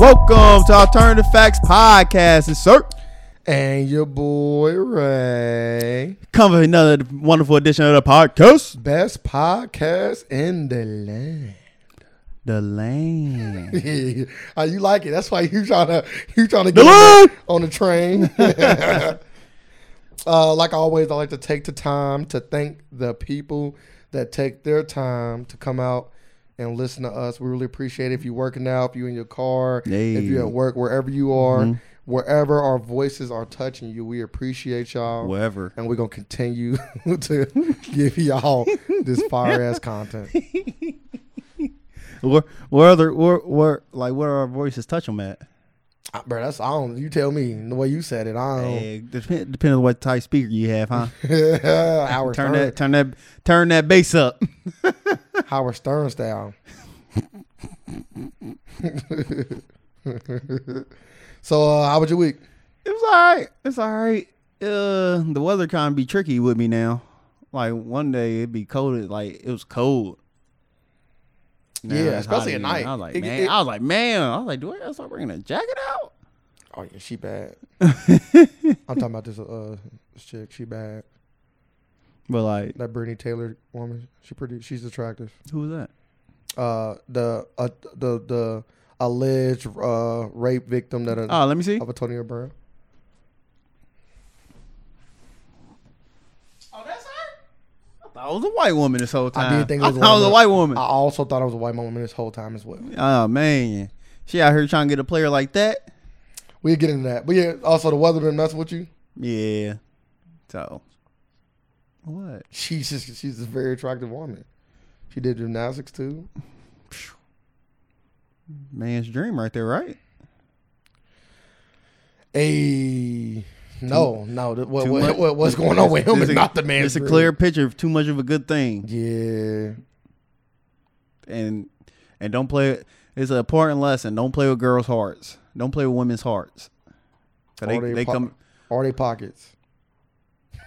Welcome to Alternative Facts Podcast. It's Sir. And your boy Ray. Come with another wonderful edition of the podcast. Best podcast in the land. The land. Yeah. Oh, you like it. That's why you trying to you trying to The get on land. the- on the train. uh, like always, I like to take the time to thank the people that take their time to come out and listen to us. We really appreciate it. If you're working out, if you're in your car, if you're Hey. Mm-hmm. at work, wherever you are, wherever our voices are touching you, we appreciate y'all. Wherever. and we're gonna continue to give y'all this fire ass content. Where, where other where where like where our voices touch them at? Uh, Bro, that's I don't. You tell me the way you said it. I don't. Hey, Eh, depend, depending on what type speaker you have, huh? Howard turn Stern. that turn that turn that bass up. Howard Stern style. so, uh, how was your week? It was all right. It's all right. Uh, the weather kind of be tricky with me now. Like one day it'd be cold. it- Like it was cold. Now Yeah, it's hot especially at again. night. I was like, It- man, it- I was like, man, I was like, do I gotta start bringing a jacket out? Oh yeah, she bad. I'm talking about this uh this chick. She bad. But like, That Brittany Taylor woman. She pretty. She's attractive. who was that? Uh, the uh, the the alleged uh rape victim that Oh, let me see. of Antonio Brown. Oh, that's her. I thought it was a white woman this whole time. I did think it was, I thought it was a white woman. I also thought it was a white woman this whole time as well. Oh man, she out here trying to get a player like that. We'll get into that. But yeah, also the weather been messing with you. Yeah. So what? She's just she's a very attractive woman. She did gymnastics too. Man's dream right there, right? Hey, no, no. th- What, too what, much- what- what's going on with him This is a- not the man. It's a clear picture of too much of a good thing, Yeah, and and don't play. It's an important lesson. Don't play with girls' hearts. Don't play with women's hearts. 'Cause Or they, they they pop- come. are they pockets?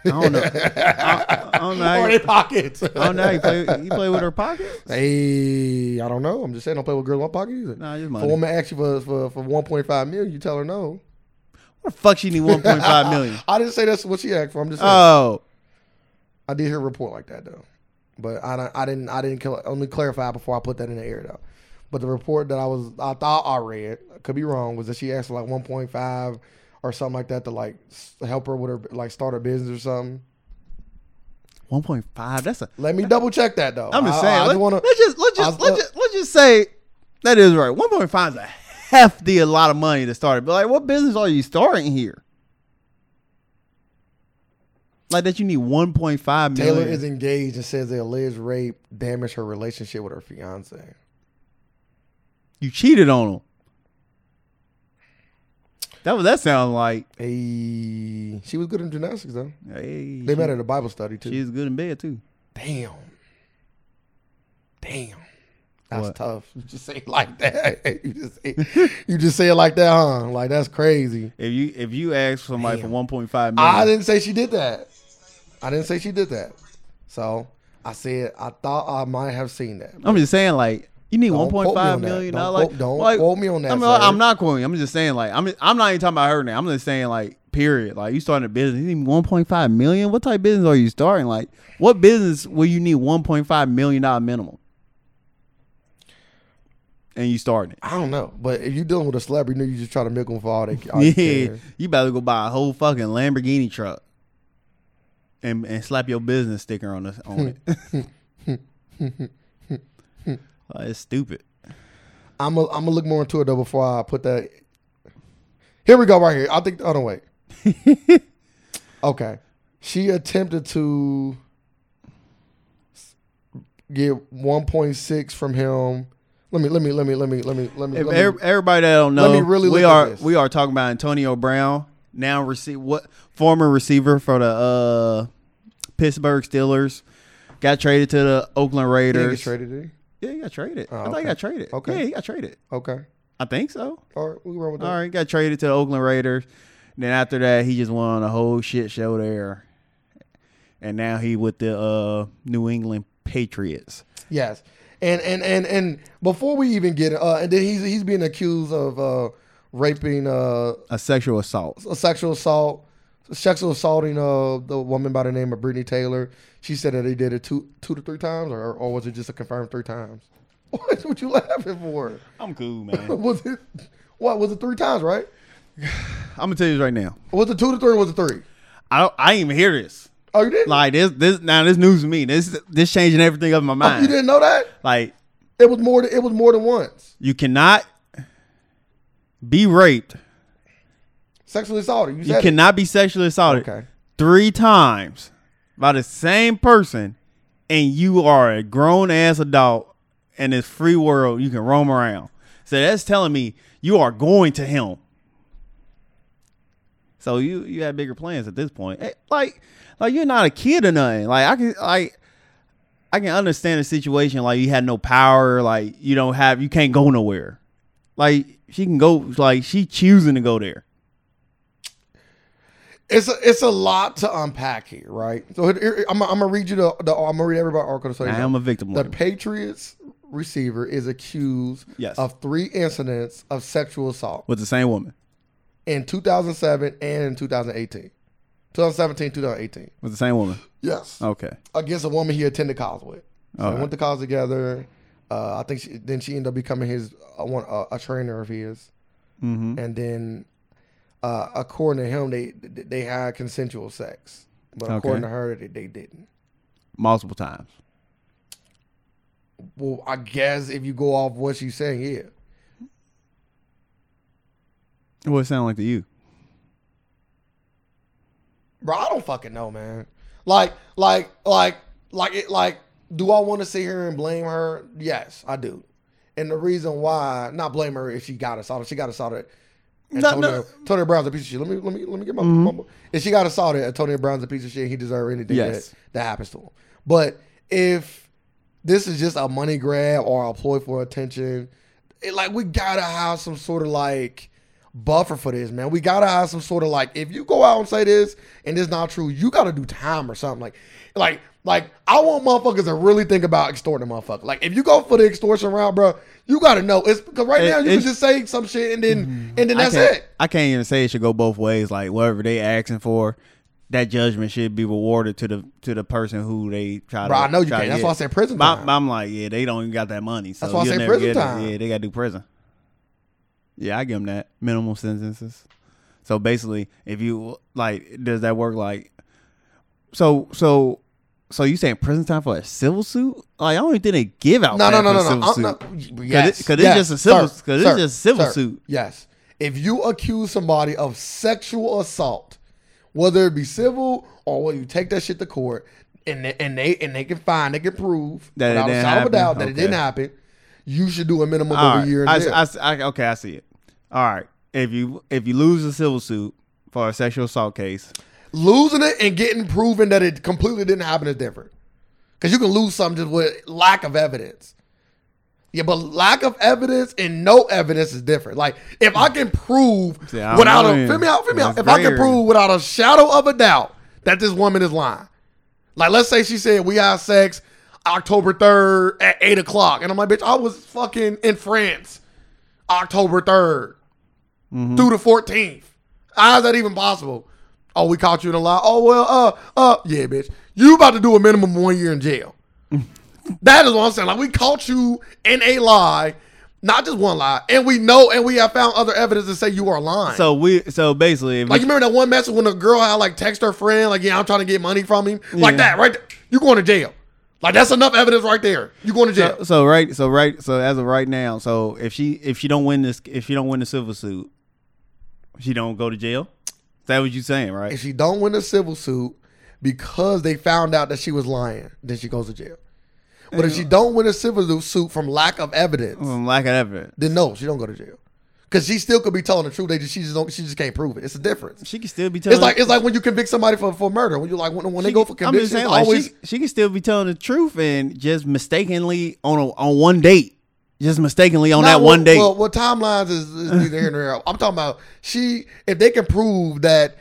I don't know. I, I don't know. how Are you- they pockets? I don't know. how You play, you play with her pockets. Hey, I don't know. I'm just saying, don't play with girls in my pocket either. Nah, just if a money. What woman asks you for for, for 1.5 million, you tell her no. the fuck? She need one point five million. I didn't say that's what she asked for. I'm just saying. Oh, I did hear a report like that though, but I don't. I didn't. I didn't. cl- Only clarify before I put that in the air though. But the report that I was, I thought I read, could be wrong, was that she asked for like 1.5 or something like that to like s- help her with her like start her business or something. one point five. That's a. Let me double check that though. I'm just I- saying. I, let, just want us to. just let's I- just let's just let's just say that is right. One point five is a hefty a lot of money to start it. But like, what business are you starting here? Like that, you need one point five million. Taylor is engaged and says the alleged rape damaged her relationship with her fiance. you cheated on him. That what that sounds like. Hey, she was good in gymnastics though. Hey, They met at a Bible study too. She's good in bed too. Damn. Damn. That's What? tough. You just say it like that. you just say, you just say it like that, huh? Like that's crazy. If you if you ask somebody for Damn. one point five million, I didn't say she did that. I didn't say she did that. So I said I thought I might have seen that. I'm just saying, like, you need one Don't quote point me five on that. million. Don't dollars. quote- don't like, quote me on that, I mean, sir. I'm not quoting. you. I'm just saying, like, I'm I'm not even talking about her now. I'm just saying, like, period. Like, you starting a business, you need one point five million. What type of business are you starting? Like, what business will you need one point five million dollar minimum? And you starting it. I don't know. But if you're dealing with a celebrity, you know you just try to milk them for all they all you Yeah, can. you better go buy a whole fucking Lamborghini truck, and and slap your business sticker on us on it. Like, it's stupid. I'm gonna I'm gonna look more into it though before I put that. Here we go, right here. I think. Oh no, wait. okay, she attempted to get 1.6 from him. Let me, let me, let me, let me, let me, let me. If let me- ev- everybody that don't know, let me really we look at are this. we are talking about Antonio Brown, now receive what former receiver for the uh, Pittsburgh Steelers, got traded to the Oakland He didn't get Raiders. traded, did he? Yeah, he got traded. I Oh, thought he okay. got traded. Okay. Yeah, he got traded. Okay. I think so. All right, we run with that. All right, got traded to the Oakland Raiders. Then after that, he just went on a whole shit show there, and now he with the uh, New England Patriots. Yes. And and and and before we even get uh, and then he's he's being accused of uh, raping, uh, A sexual assault. sexual assault, sexual assaulting uh the woman by the name of Brittany Taylor. She said that he did it two two to three times, or or was it just a confirmed three times? What what you laughing for? I'm cool, man. Was it what was it three times? Right? I'm gonna tell you this right now. Was it two to three? or Was it three? I don't, I didn't even hear this. Oh, you didn't. Like this this now this news to me. This this changing everything up in my Oh, you mind. didn't know that? Like It was more. Than, it was more than once. you cannot be raped. Sexually assaulted. You You said it. cannot be sexually assaulted Okay. three times by the same person, and you are a grown ass adult in this free world. You can roam around. So that's telling me you are going to him. So you you have bigger plans at this point. Eh, Like like you're not a kid or nothing. Like I can like I can understand the situation. Like you had no power. Like you don't have you can't go nowhere. Like she can go. Like she choosing to go there. It's a, it's a lot to unpack here, right? So here- here- I'm, I'm gonna read you the, the I'm gonna read everybody article. So you I know. am a victim. the of it. Patriots receiver is accused Yes. of three incidents of sexual assault with the same woman. in 2007 and in 2018, 2017, 2018. With the same woman. Yes, Okay. against a woman he attended college with. So Uh, All they right. went to college together. Uh, I think she, then she ended up becoming his uh, one uh, a trainer of his, Mm-hmm. and then uh, according to him, they they had consensual sex, but Okay. according to her, they, they didn't. Multiple times. Well, I guess if you go off what she's saying, yeah. What it sound like to you? Bro, I don't fucking know, man. Like, like, like, like, it, like. Do I want to sit here and blame her? Yes, I do. And the reason why, not blame her if she got assaulted. She got assaulted. No, Antonio, no. Mm-hmm. Antonio Brown's a piece of shit. Let me, let me, let me get my. my- if she got assaulted, Antonio Brown's a piece of shit. He deserves anything Yes. that, that happens to him. But if this is just a money grab or a ploy for attention, it, like we gotta have some sort of like buffer for this, man. We gotta have some sort of like if you go out and say this and it's not true, you gotta do time or something. Like, like, like I want motherfuckers to really think about extorting a motherfucker. Like, if you go for the extortion route, bro, you gotta know it's because right It- now you can it's- Mm-hmm. just say some shit and then and then that's I can't, it. I can't even say it should go both ways. Like whatever they asking for, that judgment should be rewarded to the to the person who they try Bro, to. I know you try can't. to That's hit. why I said prison But time. I'm like, yeah, they don't even got that money. So That's why I you'll said never prison get it. time. Yeah, they got to do prison. Yeah, I give them that minimal sentences. So basically, if you like, does that work? Like, so so so you saying prison time for a civil suit? Like, I don't even think they give out. No, that no, for no, no, a no. civil I'm suit. not- yes, it's just yes, a civil- sir, 'cause it's sir, just civil sir, suit. Yes. If you accuse somebody of sexual assault, whether it be civil or whether you take that shit to court, and they, and they and they can find, they can prove That it without a didn't shadow of a happen? doubt that it Okay. didn't happen, you should do a minimum All of right. a year. in I, jail. I, I- okay, I see it. All right. If you if you lose a civil suit for a sexual assault case, Losing it and getting proven that it completely didn't happen is different. Because you can lose something just with lack of evidence. Yeah, but lack of evidence and no evidence is different. Like if I can prove See, I don't without know a then. feel me out, feel me out. That's If I can rare. prove without a shadow of a doubt that this woman is lying. Like let's say she said we had sex October third at eight o'clock, and I'm like, bitch, I was fucking in France October 3rd Mm-hmm. through the fourteenth. How is that even possible? Oh, we caught you in a lie. Oh well, uh, uh, yeah, bitch, you about to do a minimum one year in jail. That is what I'm saying. Like we caught you in a lie, not just one lie, and we know, and we have found other evidence to say you are lying. so we so basically, if like you- you remember that one message when a girl had like text her friend, like yeah, I'm trying to get money from him, like Yeah. that, right? There. You going to jail? Like that's enough evidence right there. You going to jail? so, so right so right so as of right now, so if she if she don't win this if she don't win the civil suit, she don't go to jail. Is that what you saying, right? if she don't win the civil suit because they found out that she was lying, then she goes to jail. But if she don't win a civil suit from lack of evidence, From lack of evidence, then no, she don't go to jail. Cause she still could be telling the truth. They just, she just don't. She just can't prove it. It's a difference. she can still be telling. It's like it's like when you convict somebody for, for murder. When you like when, when they she go can- for conviction, it's like, always she, she can still be telling the truth and just mistakenly on a, on one date, just mistakenly on Nah, that well- one date. Well, well timelines is, is neither here nor there. I'm talking about she. If they can prove that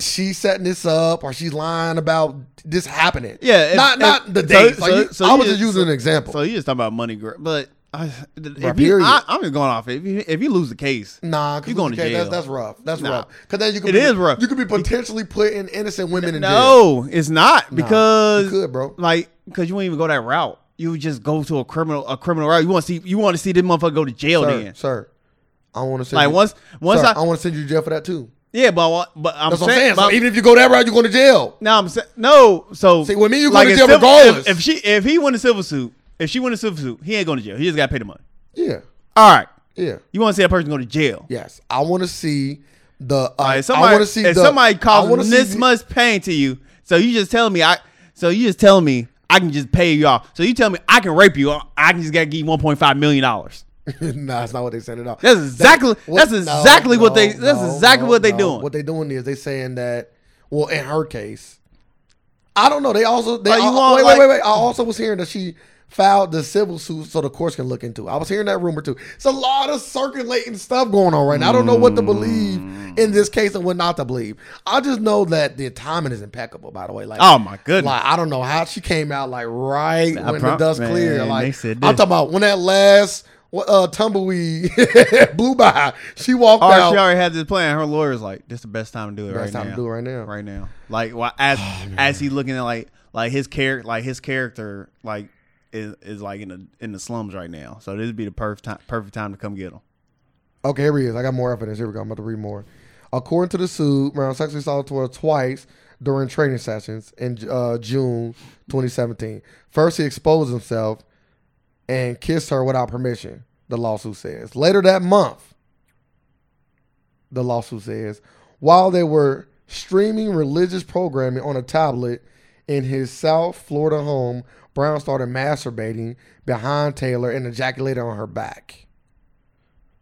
she's setting this up or she's lying about this happening. Yeah, if- not if- not the so- dates. like, so- you- so I you was just just- using an example. So you just talking about money, gr- but I, if you, period. I, I'm just going off. If you, if you lose the case, Nah, 'cause You going to okay, That's, jail. that's rough. That's Nah. rough. Because then you could It be, is rough. You could be potentially putting innocent women in jail. no, it's not you because could, bro. like because you wouldn't even go that route. You would just go to a criminal a criminal route. You want to see you want to see this motherfucker go to jail Sir, then. sir, I want to send Like you, once once sir, I, I, want to send you to jail for that too. yeah, but I wa- but I'm That's saying, what I'm saying. So but- even if you go that route, you're going to jail. No, I'm saying no. So See, with me, you like, going to if jail civil- regardless. If, if she, if he win a civil suit, if she win a civil suit, he ain't going to jail. He just got to pay the money. Yeah, All right, yeah, you want to see that person go to jail? yes. I want to see the. Uh, All right, I somebody, want to see if the, somebody I wanna causes see this the- much pain to you, so you just tell me I, so you just tell me I can just pay you off. So you tell me I can rape you. I can just got to give you 1.5 million dollars. nah, that's not what they said at all. That's exactly What- that's no, exactly what they no, that's no, exactly no, what they no. doing. What they doing is they saying that. Well, in her case, I don't know. They also they Like, you I- want, wait, like- wait, wait, wait. I also was hearing that she filed the civil suit so the courts can look into. it. I was hearing that rumor too. It's a lot of circulating stuff going on right now. I don't know what to believe Mm. in this case and what not to believe. I just know that the timing is impeccable. By the way, like oh my goodness! like I don't know how she came out like right I when the prom- dust cleared. man, they Like I'm said talking this. about when that last what, uh, tumbleweed blew by, she walked Or out. Oh, she already had this plan. Her lawyer's like, "This is the best time to do it Best right time now." to do it right now. Oh, Right now, like why as as he looking at like like his character, like his character, like is is like in the in the slums right now. So this would be the perfect time, perfect time to come get him. Okay, here he is. I got more evidence. Here we go. I'm about to read more. According to the suit, Brown sexually assaulted her twice during training sessions in uh, June 2017. First, he exposed himself and kissed her without permission, the lawsuit says. Later that month, the lawsuit says, while they were streaming religious programming on a tablet in his South Florida home, Brown started masturbating behind Taylor and ejaculated on her back.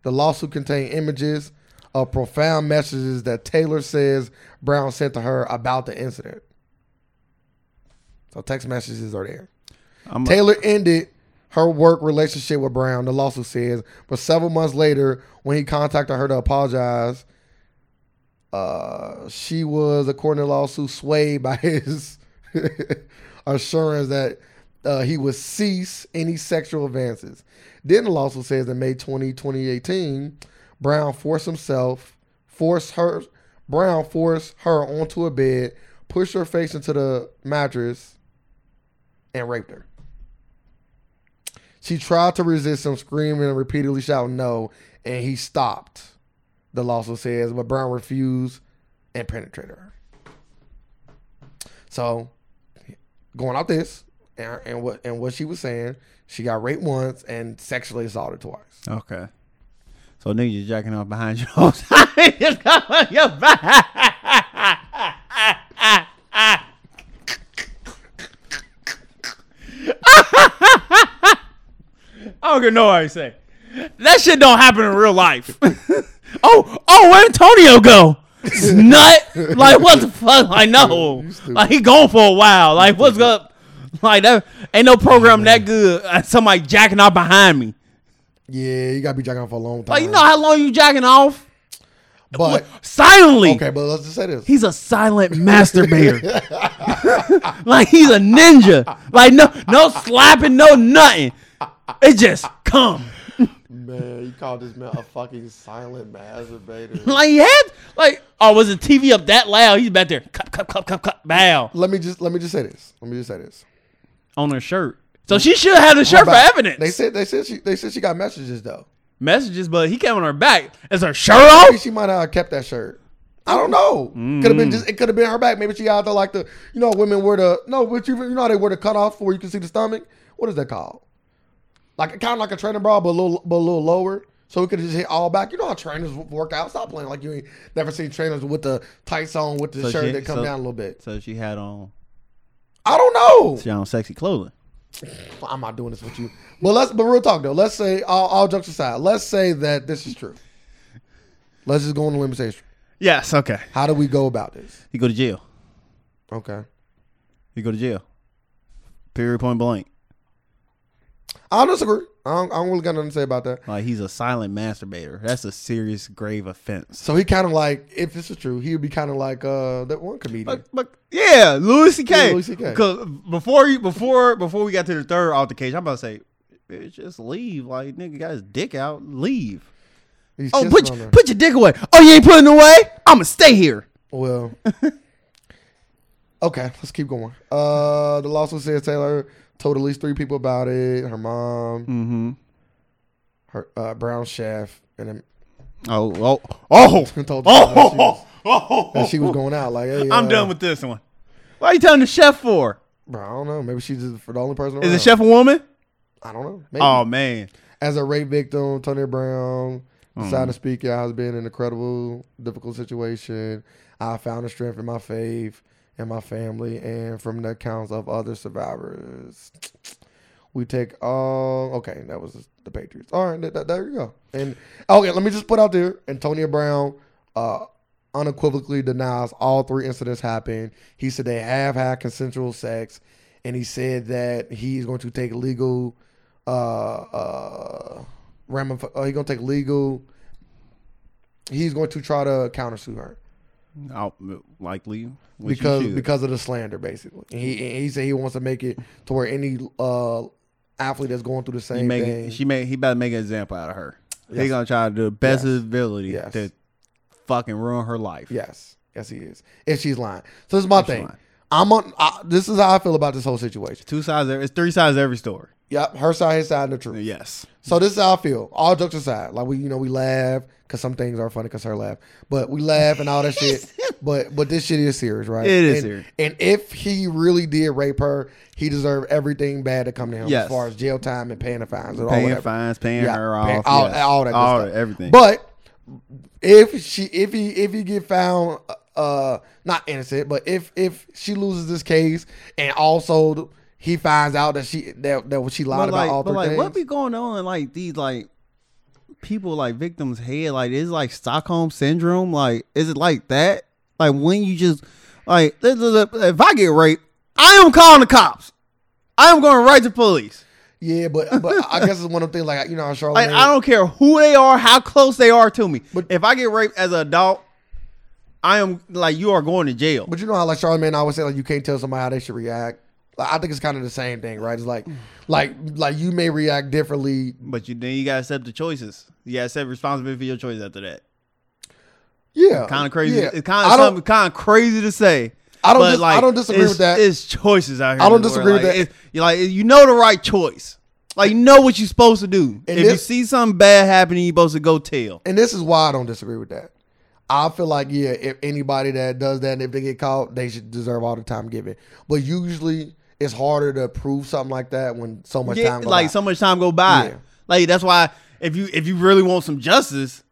The lawsuit contained images of profound messages that Taylor says Brown sent to her about the incident. So text messages are there. I'm Taylor ended her work relationship with Brown, the lawsuit says, but several months later, when he contacted her to apologize, uh, she was, according to the lawsuit, swayed by his assurance that uh, he would cease any sexual advances. Then the lawsuit says in May 20, 2018, Brown forced himself, forced her, Brown forced her onto a bed, pushed her face into the mattress, and raped her. She tried to resist him, screaming and repeatedly shouting no, and he stopped. The lawsuit says, but Brown refused and penetrated her. So, going off this and, and what and what she was saying, she got raped once and sexually assaulted twice. okay. So niggas just jacking off behind you all the time. Just come on your back. I don't get no what you say. That shit don't happen in real life. oh, oh, where Antonio go? Nut? Like what the fuck? Like no. Like he gone for a while. Like what's up? Like that ain't no program that good. Uh, Somebody jacking off behind me. Yeah, you gotta be jacking off for a long time. Like Oh, you know how long you jacking off? but Silently. okay, but let's just say this. He's a silent masturbator. like he's a ninja. Like no no slapping, no nothing. It just come. Man, you called this man a fucking silent masturbator. Like he had like oh was the TV up that loud? He's back there cup cup cup cup cup bow let me just let me just say this. Let me just say this. on her shirt. So she should have the shirt for But evidence. They said they said she they said she got messages though. Messages, but he came on her back. Is her shirt Maybe off? she might have kept that shirt. I don't know. Could have been just. It could have been her back. Maybe she out there like the, you know, women wear the no, but you, you know how they wear the cutoff where you can see the stomach. What is that called? Like kind of like a training bra, but a little, but a little lower. So we could have just hit all back. You know how trainers work out. Stop playing like you ain't never seen trainers with the tights on with the So shirt she- that come so- down a little bit. So she had on I don't know. she on sexy clothing. I'm not doing this with you. But let's but real talk though. Let's say all, all jokes aside. Let's say that this is true. Let's just go on the limitation. Yes, okay. How do we go about this? He go to jail. Okay. He go to jail. Period point blank. I don't disagree. I don't, I don't really got nothing to say about that. Like he's a silent masturbator. That's a serious, grave offense. So he kind of like, if this is true, he would be kind of like uh, that one comedian. But, but yeah, Louis C.K. Yeah, Louis CK. Because before you, before before we got to the third altercation, I'm about to say, "Bitch, just leave. Like nigga got his dick out, leave. He's Oh, kissing put on your, her. put your dick away. Oh, you ain't putting it away. I'm gonna stay here. Well, okay, let's keep going. Uh, the lawsuit says Taylor told at least three people about it: her mom, Mm-hmm. her uh, brown chef, and then Oh, oh, oh, told them that, she was, oh, oh, that she was going out. Like, hey, I'm uh, done with this one. Why are you telling the chef for? Bro, I don't know. Maybe she's just for the only person. Is around. the chef a woman? I don't know. Maybe. Oh man, As a rape victim, Tony Brown decided to speak. Your husband in an incredible, difficult situation. I found the strength in my faith and my family, and from the accounts of other survivors, we take all. Okay, that was the Patriots. All right, th- th- there you go. And okay, let me just put out there: Antonio Brown uh, unequivocally denies all three incidents happened. He said they have had consensual sex, and he said that he's going to take legal uh, uh, ramif- uh he's going to take legal. He's going to try to countersue her I'll, likely Oh, what you because should. because of the slander, basically. And he and he said he wants to make it to where any uh, athlete that's going through the He same make thing. she make he about to make an example out of her. He Yes. gonna try to do the best of his ability Yes. to fucking ruin her life. yes, yes, he is. If she's lying, so this is my she's thing. lying. I'm on. I, this is how I feel about this whole situation. Two sides. Of, it's three sides of every story. Yep, her side, his side, and the truth. Yes. So this is how I feel. All jokes aside, like we, you know, we laugh because some things are funny because her laugh, but we laugh and all that shit. But but this shit is serious, right? It is and, serious. And if he really did rape her, he deserved everything bad to come to him Yes. as far as jail time and paying the fines and all Paying whatever. fines, paying Yeah, her pay- off, all, yes. all that, good All stuff. that, everything. But if she, if he, if he get found, uh, not innocent, but if if she loses this case, and also he finds out that she that that she lied But about like, all but three like, things, what be going on in like these like people like victims' head? Like, is it like Stockholm syndrome? Like, is it like that? Like when you just like this is a- if I get raped, I am calling the cops. I am going right to police. Yeah, but but I guess it's one of the things like you know how Like Charlamagne. I don't care who they are, how close they are to me. But But- if I get raped as an adult, I am like you are going to jail. but you know how like Charlamagne always say like you can't tell somebody how they should react. Like, I think it's kind of the same thing, right? It's like like like you may react differently. But you then you gotta accept the choices. You gotta accept responsibility for your choices after that. Yeah, Kind of crazy. Yeah. It's kind of I don't- something kind of crazy to say. I don't but, dis- I don't disagree it's- with that. It's choices out here. I don't where, disagree with like, that. it's- You like you know the right choice. Like you know what you're supposed to do. if And you this- see something bad happening, you're supposed to go tell. and this is why I don't disagree with that. I feel like yeah, if anybody that does that, and if they get caught, they should deserve all the time given. But usually, it's harder to prove something like that when so much Yeah, time. go like by. so much time go by. Yeah. Like that's why if you if you really want some justice,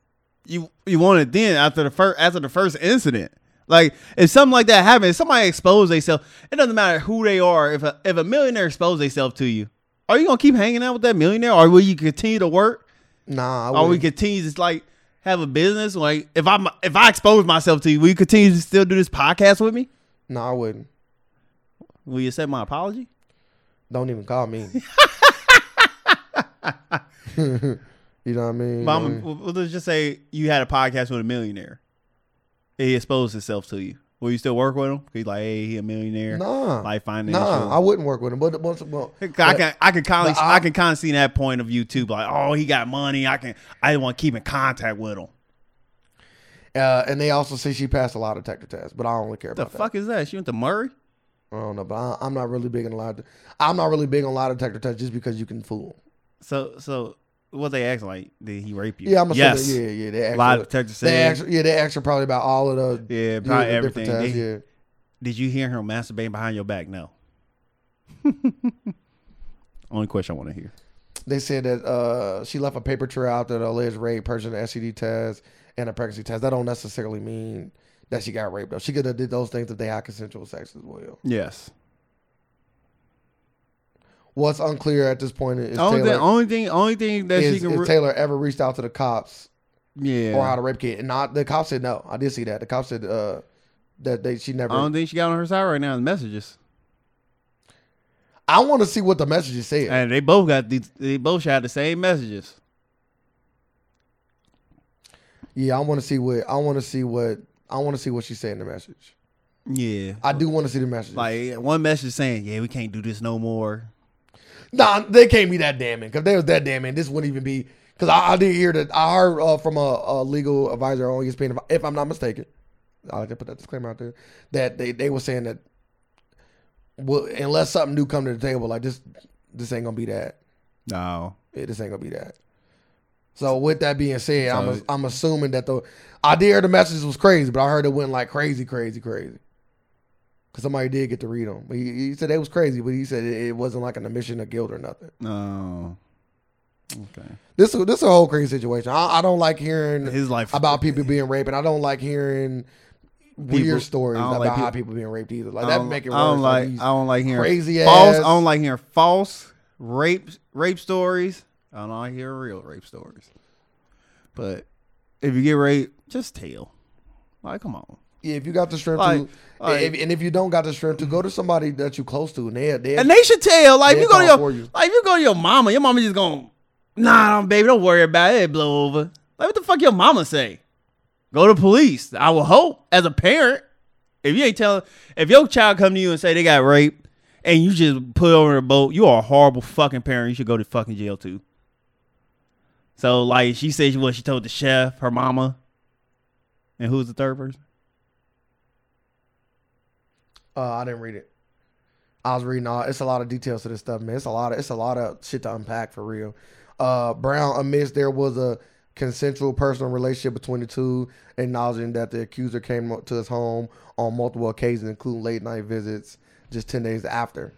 you you want it then after the first after the first incident. Like if something like that happens, if somebody expose themselves. It doesn't matter who they are. If a, if a millionaire expose themselves to you, are you gonna keep hanging out with that millionaire, or will you continue to work? nah, I Or we wouldn't. continue to like have a business? Like if I'm if I expose myself to you, will you continue to still do this podcast with me? nah, I wouldn't. Will you accept my apology? Don't even call me. you know what I mean? But I'm, well, let's just say you had a podcast with a millionaire. He exposed himself to you. Will you still work with him? He's like, hey, he a millionaire. Nah. Like financial. Nah, I wouldn't work with him. But once, well, I can I can kind of but I, I- can kind of see that point of view too. but Like, oh, he got money. I can I want to keep in contact with him. uh, and they also say she passed a lie detector test, but I don't really care The about fuck is that? She went to Murray. that. I don't know, but I, I'm not really big on lie. de- I'm not really big on lie detector tests just because you can fool. 'em. So so what they ask like? Did he rape you? Yeah, I'm gonna yes. say that. Yeah, yeah. They ask Lie her- detector They said- ask, yeah, they asked her probably about all of the Yeah, the probably different everything. tests, Did, yeah. did you hear him masturbating behind your back? No. Only question I want to hear. they said that uh, she left a paper trail out there that alleged rape, person STD test, and a pregnancy test. That don't necessarily mean that she got raped. Though she could have did those things if they had consensual sex as well. Yes. What's unclear at this point is Only thing, Taylor only thing, only thing that she is, can, is re- Taylor ever reached out to the cops yeah. or how to rape kid. And I, the cops said no. I did see that. The cops said uh, that they she never. I don't think she got on her side right now. is messages. I I want to see what the message is saying. And they both got these. They both had the same messages. yeah, I want to see what I want to see what I want to see what she's saying in the message. Yeah, I do want to see the message. like one message saying, "Yeah, we can't do this no more." Nah, they can't be that damning. Because they was that damning, this wouldn't even be. Because I, I did hear that I heard uh, from a, a legal advisor on E ESPN, if, I- if I'm not mistaken. I like to put that disclaimer out there that they, they were saying that well, unless something new come to the table, like this, this ain't gonna be that. No, Yeah, this ain't gonna be that. So with that being said, I'm So- I'm assuming that the I did hear the message was crazy, but I heard it went like crazy, crazy, crazy. Because somebody did get to read them, but he, he said they was crazy, but he said it, it wasn't like an admission of guilt or nothing. no. Okay, This this a whole crazy situation. I, I don't like hearing his life about people being raped, and I don't like hearing People- weird stories I don't about like how peop- people being raped either. Like I that don't, make it worse. I don't like. Like, these I don't like hearing crazy false. ass. I don't like hearing false rape rape stories. I don't like hearing real rape stories. But if you get raped, just tell. Like, come on. yeah, if you got the strength Like- to, like- if, and if you don't got the strength to, go to somebody that you close to, and they they And they should tell. Like, if They'll you go to call your, for you. like, if you go to your mama, your mama just gonna, nah, don't- baby, don't worry about it. It blow over. Like, what the fuck your mama say? Go to police. I will hope as a parent, if you ain't telling, if your child come to you and say they got raped, and you just put it over the boat, you are a horrible fucking parent. You should go to fucking jail too. So, like, she said what she told the chef, her mama, and who's the third person? Uh, I didn't read it. I was reading all. It's a lot of details to this stuff, man. It's a lot of it's a lot of shit to unpack for real. Uh, Brown admits there was a consensual personal relationship between the two, acknowledging that the accuser came up to his home on multiple occasions, including late night visits, just ten days after.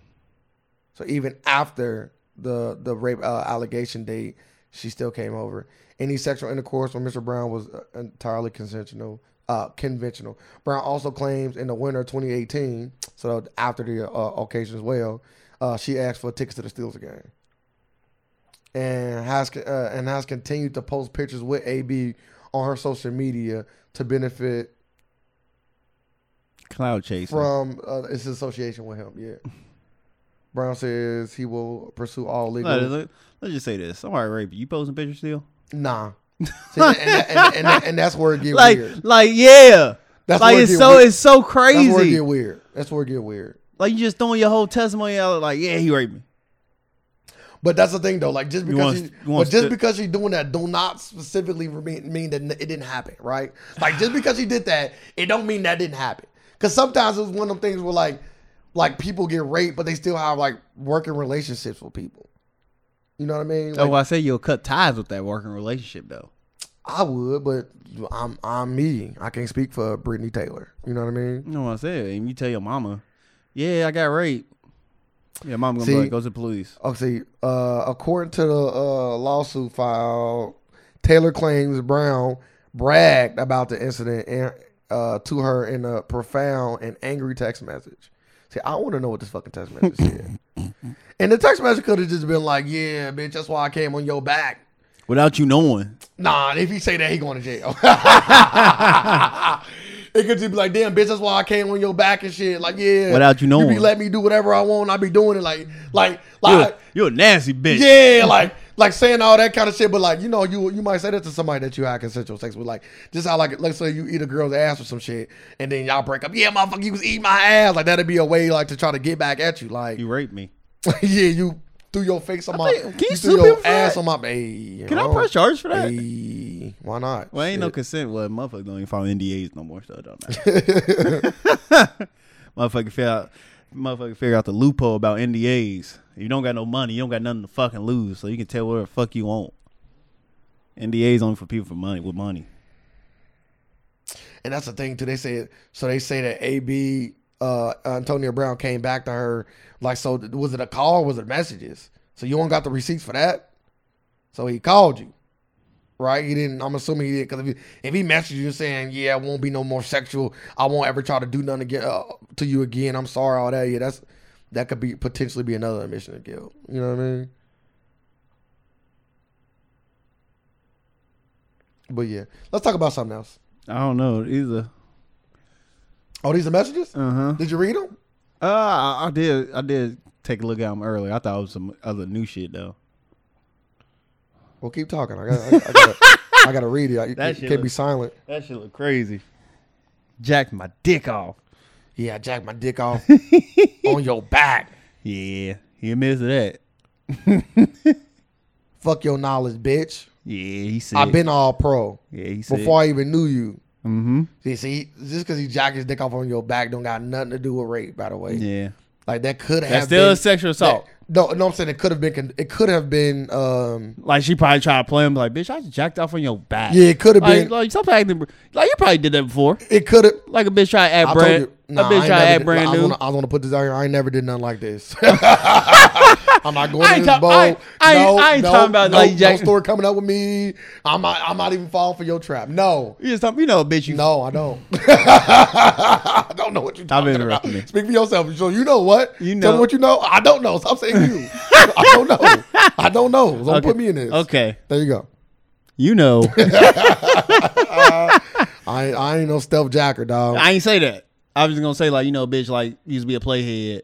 So even after the the rape uh, allegation date, she still came over. Any sexual intercourse with Mr. Brown was uh, entirely consensual. Uh, conventional. Brown also claims in the winter of 2018, so after the uh, occasion as well, uh, she asked for tickets to the Steelers game, and has uh, and has continued to post pictures with AB on her social media to benefit Cloud chaser. from uh, its association with him. Yeah. Brown says he will pursue all Let- legal. let- let's just say this. Somebody raped you. You posting pictures still? Nah. See, and, and, and, and, and that's where it get like, weird. like, yeah. That's like where it it's get so weird. it's so That's where it crazy. get weird. That's where it get weird. Like you just throwing your whole testimony out. Like, yeah, he raped me. But that's the thing though. Like just You because want- she, you want but just to- because she's doing that, do not specifically mean, mean that it didn't happen, right? Like just because she did that, it don't mean that didn't happen. Because sometimes it's one of them things where like, like people get raped, but they still have like working relationships with people. You know what I mean? Like, That's why Oh, I say you'll cut ties with that working relationship, though. I would, but I'm I'm me. I can't speak for Brittany Taylor. You know what I mean? You know what I said? And you tell your mama, yeah, I got raped. Yeah, mom gonna See? be like, go to the police. Okay, uh, according to the uh, lawsuit file, Taylor claims Brown bragged about the incident and, uh, to her in a profound and angry text message. See, I want to know what this fucking text message said. and the text message could have just been like, "Yeah, bitch, that's why I came on your back." Without you knowing, Nah, if he say that, he going to jail. it could just be like, damn, bitch, that's why I came on your back and shit. Like, yeah. Without you You knowing. be let me do whatever I want. I be doing it like, like, you're, like, you're a nasty bitch. yeah, like, like saying all that kind of shit. But like, you know, you you might say that to somebody that you had consensual sex with. Like, just how like, let's say you eat a girl's ass or some shit, and then y'all break up. Yeah, motherfucker, you was eating my ass. Like, that'd be a way like to try to get back at you. Like, you raped me. yeah, you threw your face on my, think- can you you threw sue your people for ass that? on my. Hey, Can I oh. press charge for that? Hey, why not? Well, ain't no Shit. consent. Well, motherfuckers don't even follow NDAs no more, so it don't matter. motherfucker figure out, motherfucker figure out the loophole about NDAs. You don't got no money, you don't got nothing to fucking lose, so you can tell whatever the fuck you want. NDAs only for people for money with money. and that's the thing too. They said so. They say that AB uh, Antonio Brown came back to her like so. th- Was it a call? or Was it messages? So you don't got the receipts for that. So he called you, right? He didn't. I'm assuming he did because if he, if he messaged you saying, "Yeah, I won't be no more sexual. I won't ever try to do nothing again uh, to you again. I'm sorry, all that." Yeah, that's that could be potentially be another admission of guilt. You know what I mean? But yeah, let's talk about something else. I don't know either. Oh, these are messages? Uh huh. Did you read them? Uh, I, I Ah, did. I did take a look at them earlier. I thought it was some other new shit though. Well, keep talking. I got. I, I got I gotta read it. I, you That can't shit be looks- silent. That shit look crazy. Jacked my dick off. Yeah, I jacked my dick off on your back. Yeah, he admits to that. Fuck your knowledge, bitch. Yeah, he said. I've been all pro Yeah, he said. before I even knew you. mm-hmm. See, see, just because he jacked his dick off on your back don't got nothing to do with rape. By the way, Yeah, like that could have that's still been, a sexual assault. That, no, no, I'm saying it could have been. con- It could have been. um Like she probably tried to play him. Like, bitch, I just jacked off on your back. Yeah, it could have like, been. like stop acting. br- Like you probably did that before. it could have. Like a bitch try to I act told brand. you. Nah, a I bitch ain't try to never act did- brand I new. wanna- I want to put this out here. I ain't never did nothing like this. I'm not going I ain't in this talk- bowl. I ain't- I ain't- no, I ain't no, talking about no, like no Jack- story coming up with me. I'm not. I'm not even falling for your trap. No, You just talk, you know, a bitch. You no, I don't. I don't know what you're Stop talking about. interrupting me. Speak for yourself. So you know what? You know. Tell me what you know. I don't know. So I'm saying you. I don't know. I don't know. Don't Okay. put me in this. Okay, There you go. you know, I I ain't no stealth jacker, dog. I ain't say that. I was just gonna say like, you know, a bitch like used to be a playhead.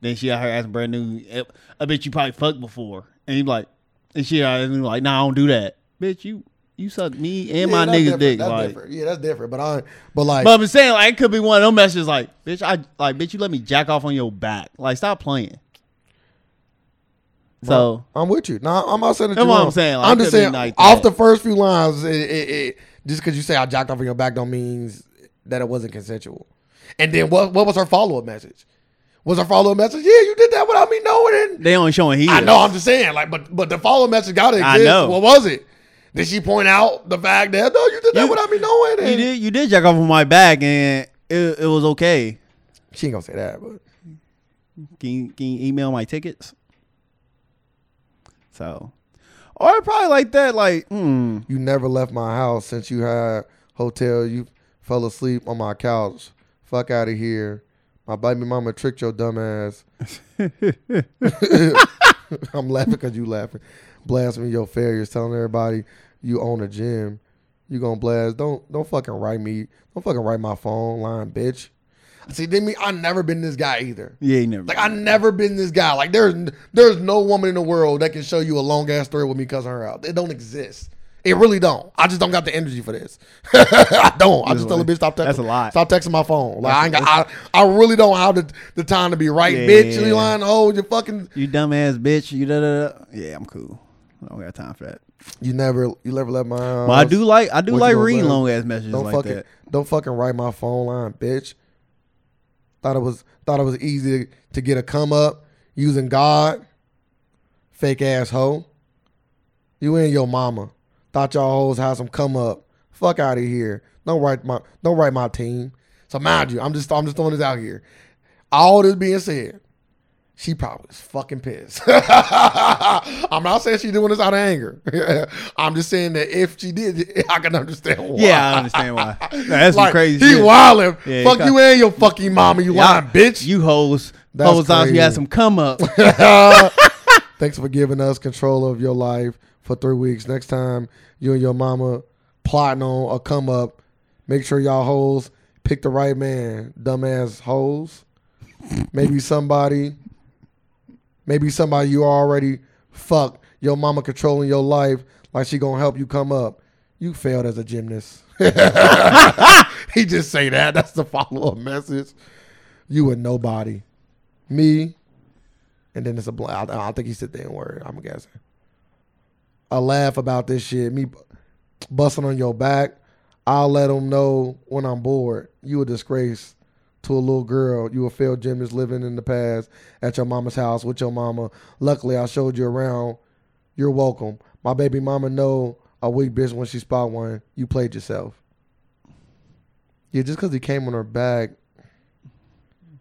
Then she out here asking brand new. Eh, A bitch you probably fucked before, and you like, and she out here like, nah, I don't do that, bitch. You you suck me and Yeah, my that's niggas different. dick. That's Like, different. Yeah, that's different. But I but like but I'm just saying like it could be one of them messages like, bitch, I like, bitch, you let me jack off on your back. Like, stop playing. So I'm with you. No, I'm not saying that That's you're what I'm wrong. saying. Like, I'm it just could be saying like off that. the first few lines, it, it, it, just because you say I jacked off on your back don't means that it wasn't consensual. And then what? What was her follow up message? Was her follow up message? Yeah, you did that without me knowing. And they only showing he. I is. know. I'm just saying. Like, but but the follow up message got to I exist. know. What was it? Did she point out the fact that no, you did that You- without me knowing? You And did you did jack off on my back and it, it was okay. She ain't gonna say that, but Can you, can you email my tickets? So, or probably like that. Like, hmm, you never left my house since you had hotel. You fell asleep on my couch. Fuck out of here. My baby mama tricked your dumb ass. I'm laughing because you laughing. Blasting your failures, telling everybody you own a gym. You gonna blast. Don't don't fucking write me. Don't fucking write my phone line, bitch. See, then me, I've never been this guy either. yeah, you never. Like I never been this guy. Like there's there's no woman in the world that can show you a long ass story with me cussing her out. It don't exist. It really don't. I just don't got the energy for this. I don't. I just tell a bitch stop texting. That's a lot. Stop texting my phone. Like I, ain't got, I I really don't have the, the time to be right, Yeah, bitch. yeah, You yeah. lying hold you fucking. you dumbass bitch. You da da da. Yeah, I'm cool. I don't got time for that. You never you never let my. House. But I do like I do what you like gonna reading blame? long ass messages Don't like fucking that. don't fucking write my phone line, bitch. Thought it was thought it was easy to get a come up using God. Fake ass hoe. You and your mama. Thought y'all hoes had some come up. Fuck out of here. Don't write my don't write my team. So mind you, I'm just I'm just throwing this out here. All this being said, she probably was fucking pissed. I'm not saying she doing this out of anger. I'm just saying that if she did, I can understand why. Yeah, I understand why. Nah, that's some Like, crazy. He shit. wildin'. Yeah, he Fuck got- you and your fucking mama, you Y'all- lying bitch. You hoes. That's Whole times you had crazy. some come up. Thanks for giving us control of your life for three weeks. Next time you and your mama plotting on a come up, make sure y'all hoes pick the right man, dumbass hoes. Maybe somebody, maybe somebody you already fucked. Your mama controlling your life like she gonna help you come up. You failed as a gymnast. he just say that. That's the follow up message. You and nobody. Me, and then it's a blank. I, I don't think he said the N word. I'm guessing. I laugh about this shit. Me b- busting on your back. I'll let them know when I'm bored. You a disgrace to a little girl. You a failed gymnast living in the past at your mama's house with your mama. Luckily, I showed you around. You're welcome. My baby mama know a weak bitch when she spot one. You played yourself. Yeah, just because he came on her back.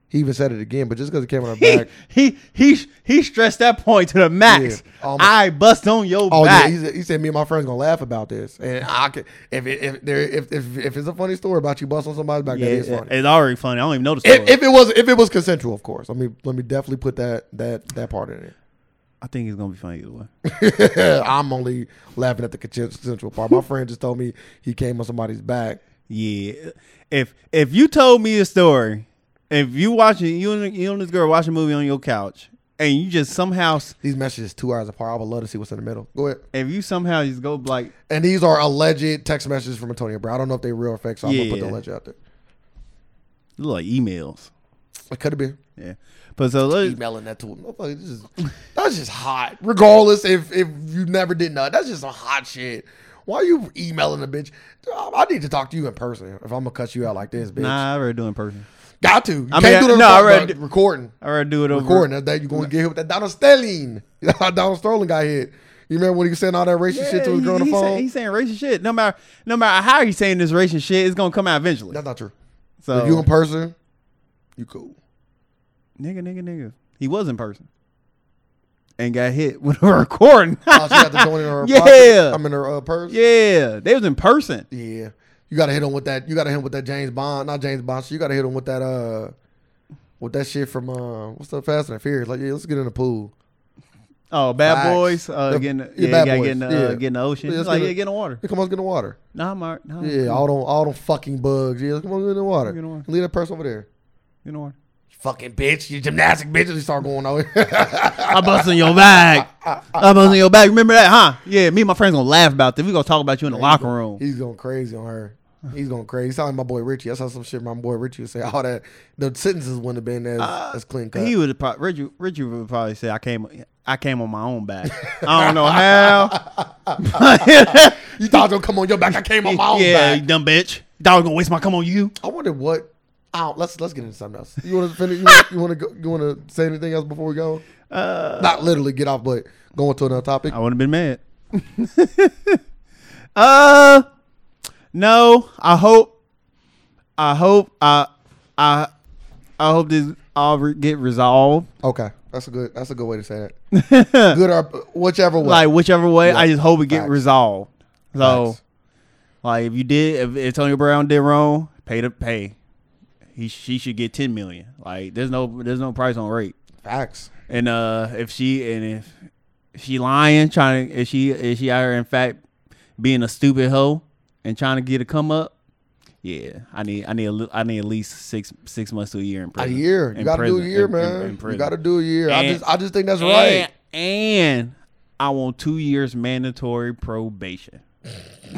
He even said it again, but just because it came on her he, back. he he he stressed that point to the max. Yeah, almost. I bust on your Oh back. yeah, he said, he said me and my friends gonna laugh about this, and I can if it, if there if, if if it's a funny story about you busting somebody's back, that is Yeah, funny. it's already funny. I don't even notice. If, if it was if it was consensual, of course. Let me let me definitely put that that that part in it. I think it's gonna be funny either way. I'm only laughing at the consensual part. My friend just told me he came on somebody's back. Yeah. If if you told me a story, if you watching you and you and this girl watch a movie on your couch and you just somehow These messages two hours apart. I would love to see what's in the middle. Go ahead. if you somehow just go like And these are alleged text messages from Antonio Brown. I don't know if they real or fake, so I'm gonna put the Yeah. alleged out there. little emails. It could have been Yeah. But so let emailing that to him. Motherfucker, this is- That's just hot. Regardless, if if you never did know, that's just some hot shit. Why are you emailing a bitch? I I need to talk to you in person if I'm gonna cut you out like this, bitch. nah, I already do it in person. Got to. You I can't mean, do it on no, I the phone, already- bro. recording. I already do it over. Recording. That, that you're gonna get hit with that Donald Sterling. Donald Sterling got hit. You remember when he was saying all that racist shit to Yeah, his girl on the he- he phone? say- he's saying racist shit. No matter no matter how he's saying this racist shit, it's gonna come out eventually. that's not true. So If you in person, you cool. nigga, nigga, nigga. He was in person. And got hit with a recording. Oh, she got the joint in her Yeah. pocket. I'm in her uh, purse. yeah. They was in person. Yeah. You gotta hit him with that. You gotta hit him with that James Bond, not James Bond. So you gotta hit him with that uh, with that shit from uh, what's the Fast and the Furious? Like, yeah, let's get in the pool. Oh, bad Facts. boys. Uh, The- getting the, yeah, yeah, Bad gotta Boys. get in the, uh, Yeah. get in the ocean. Yeah, It's let's like get yeah, a- get in the water. Yeah, come on, let's get in the water. Nah, Mark. Nah, Yeah, all them, all them fucking bugs. Yeah, let's come on, get in the water. Get in the water. Leave that person over there. get in the water. You fucking bitch, you gymnastic bitches. You start going over. I busting your back. I busting your back. Remember that, huh? Yeah, me and my friends gonna laugh about this. We gonna talk about you in the locker room. He's going crazy on her. He's going crazy. He's talking my boy Richie. I saw some shit my boy Richie was saying. All that the sentences wouldn't have been as, as clean cut. Uh, He would probably Richard, Richard would probably say I came I came on my own back. I don't know how. you thought they'll come on your back. I came on my own yeah, back. you dumb bitch. Dog gonna waste my come on you. I wonder what. I don't, let's let's get into something else. You want to finish? You want, you want to go, you want to say anything else before we go? Uh, Not literally get off, but going to another topic. I would have been mad. uh no. I hope I hope I I I hope this all re- get resolved. Okay, that's a good that's a good way to say that. good or whichever way. like whichever way, I just hope it get Facts. resolved. So Facts. like if you did if, if Tony Brown did wrong, pay to pay. He she should get ten million. Like there's no there's no price on rape. Facts. And uh, if she and if, if she lying, trying to, if she if she out here in fact being a stupid hoe and trying to get a come up, yeah, I need I need a, li- I need at least six six months to a year in A prison. year. You In got to do a prison. year, In- in- in man. you prison. got to do a year. I And- just I just think that's and, right. and I want two years mandatory probation.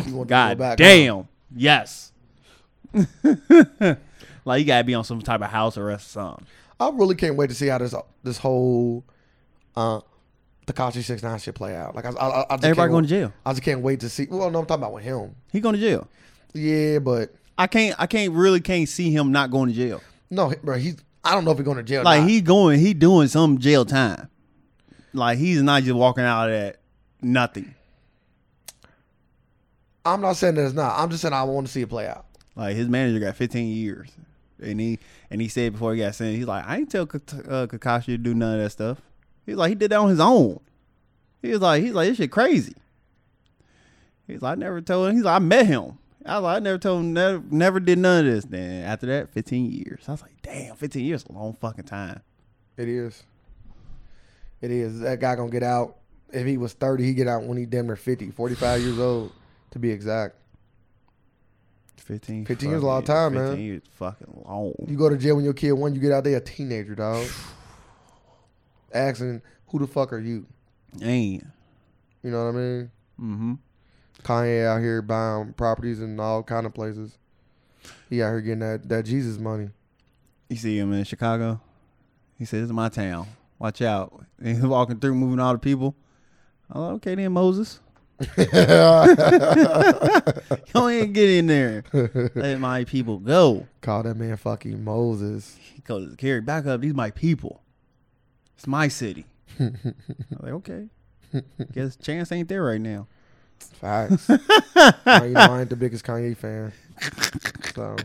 You want to God go back, damn. Yes. like you gotta be on some type of house arrest or something. huh? I really can't wait to see how this this whole uh Takashi Six Nine shit play out. Like I, I, I, I just Everybody can't going to wait- jail. I just can't wait to see. Well, no, I'm talking about with him. He going to jail. Yeah, but I can't I can't really can't see him not going to jail. no, he- bro. He's I don't know if he's going to jail. or Like not. he going, he doing some jail time. Like he's not just walking out of that nothing. I'm not saying that it's not. I'm just saying I want to see it play out. Like his manager got 15 years, and he and he said before he got sent, he's like, I ain't tell Kat- uh, Kakashi to do none of that stuff. He's like, he did that on his own. He was like, he's like, this shit crazy. He's like, I never told him. He's like, I met him. I was like, I never told him, never, never did none of this. Then after that, 15 years. I was like, damn, 15 years is a long fucking time. It is. It is. That guy gonna get out. If he was 30, he get out when he damn near 50, 45 years old to be exact. 15, 15 years is a long fucking- time, man. 15 years is fucking long. You go to jail when your kid one, you get out there a teenager, dog. Asking who the fuck are you? Ain't. You know what I mean? Mm-hmm. Kanye out here buying properties in all kind of places. He out here getting that, that Jesus money. You see him in Chicago. He said, "This is my town. Watch out." And he's walking through, moving all the people. I'm like, "Okay, then Moses, you ain't get in there. Let my people go." Call that man fucking Moses. He goes, "Carry back up. These my people. It's my city." I'm like, "Okay." Guess chance ain't there right now. Facts. I, you know, I ain't the biggest Kanye fan. So,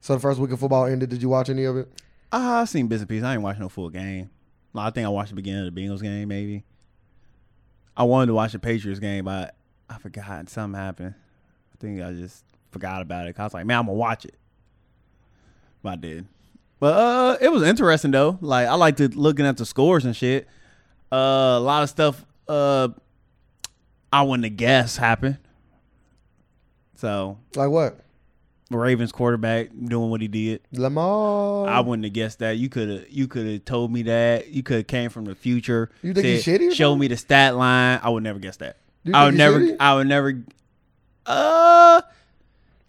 so the first week of football ended. Did you watch any of it? Ah, I seen bits and pieces. I ain't watching no full game. Well, I think I watched the beginning of the Bengals game. Maybe I wanted to watch the Patriots game, but I forgot. Something happened. I think I just forgot about it. 'Cause I was like, man, I'm gonna watch it. But I did. But uh, it was interesting though. Like I liked it looking at the scores and shit. Uh, a lot of stuff. Uh, I wouldn't have guessed happened. So Like what? Ravens quarterback doing what he did. Lamar. I wouldn't have guessed that. You could have you could have told me that. You could have came from the future. You think he's shitty or Show something? me the stat line. I would never guess that. You I would think he's never. shitty? I would never. Uh,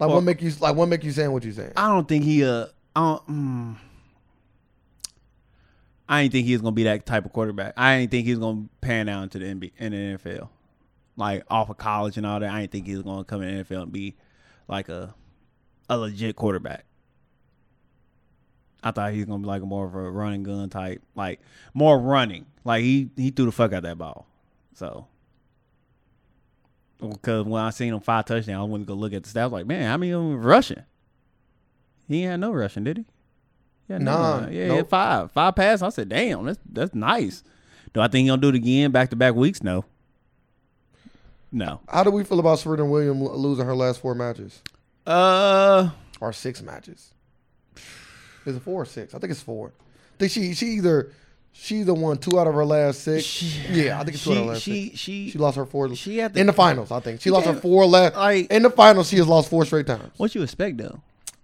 like well- what make you like what make you saying what you saying? I don't think he. Uh, I don't. Mm, I didn't think he was gonna be that type of quarterback. I didn't think he was gonna pan out into the NBA and the NFL, like off of college and all that. I didn't think he was gonna come in the NFL and be like a a legit quarterback. I thought he was gonna be like more of a running gun type, like more running. Like he he threw the fuck out that ball. So because when I seen him five touchdowns, I went to go look at the stats. Like man, how many of them was rushing? He ain't had no rushing, did he? Yeah, Nah, no, yeah, nope. yeah, five, five passes. I said, damn, that's that's nice. Do I think he'll do it again back to back weeks? No, no. How do we feel about Serena Williams lo- losing her last four matches Uh, or six matches? Is it four or six? I think it's four. I think she she either she either won two out of her last six. yeah, I think it's two out of her she last she six. she, She lost her four she had to- in the finals. I think she lost her can't- four last. like- in the finals, she has lost four straight times. What you expect though?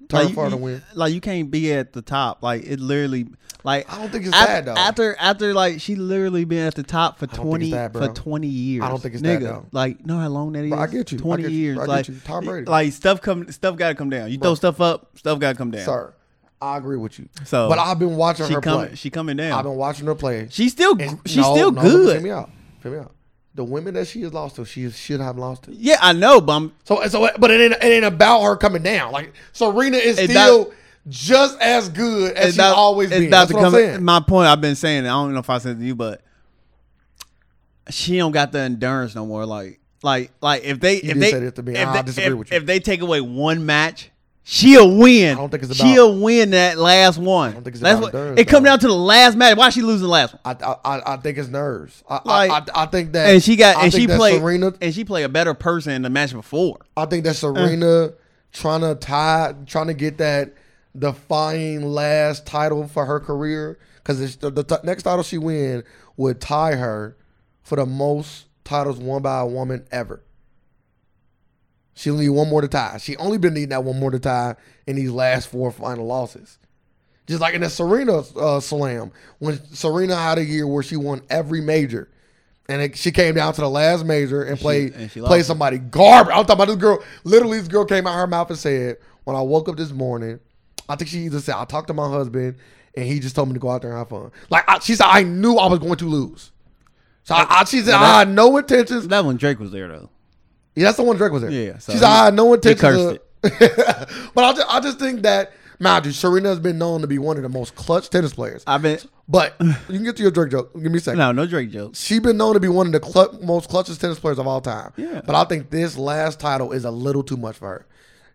Turn you- for her to you- win. Like you can't be at the top. Like it literally. Like I don't think it's af- that, though. After after like she literally been at the top for don't think twenty it's that, for bro. twenty years. I don't think it's nigga. that, though. Like know how long that is. Bro, I get you. I Twenty get you. years. I get like you. Tom Brady. Like stuff come stuff got to come down. You throw stuff up, stuff got to come down. Sir, I agree with you. So- but I've been watching She her coming. play. She coming I've down. been watching her play. She's still And- she's no, still no, Hear good. me out. Hear me out. The women that she has lost to, she should have lost to. Yeah, I know, but I'm, So, so, but it ain't, it ain't about her coming down. Like Serena is It's still just as good as it's she always it's been. about That's to what I'm come- saying. My point, I've been saying, it. I don't know if I said it to you, but she don't got the endurance no more. Like, like, like if they, if did they, say that to me. if I they- disagree if- with you. If they take away one match, she'll win. I don't think it's about- she'll win that last one. I don't think it's That's about what, endurance, It come though. down to the last match. Why she losing the last one? I, I- I, I think it's nerves. I, Like- I, I, I think that, And she got, I and think she that played, Serena. and she played a better person in the match before. I think that Serena trying to tie, trying to get that defining last title for her career because the, the t- next title she win would tie her for the most titles won by a woman ever. She only need one more to tie. She only been needing that one more to tie in these last four final losses. Just like in the Serena uh, slam, when Serena had a year where she won every major, and it, she came down to the last major and played and she played lost. somebody garbage. I'm talking about this girl. Literally, this girl came out her mouth and said, "When I woke up this morning, I think she either said I talked to my husband and he just told me to go out there and have fun." Like I, she said, I knew I was going to lose. So I, I, she said, Now I that- had no intentions. That one Drake was there though. Yeah, that's the one Drake was there. Yeah, so she's like, he- I had "Ah, no intention. cursed but I just, I just think that, mind you, Serena has been known to be one of the most clutch tennis players. I've been but you can get to your Drake joke. Give me a second. no, no Drake jokes. She's been known to be one of the clu- most clutchest tennis players of all time. Yeah. But I think this last title is a little too much for her,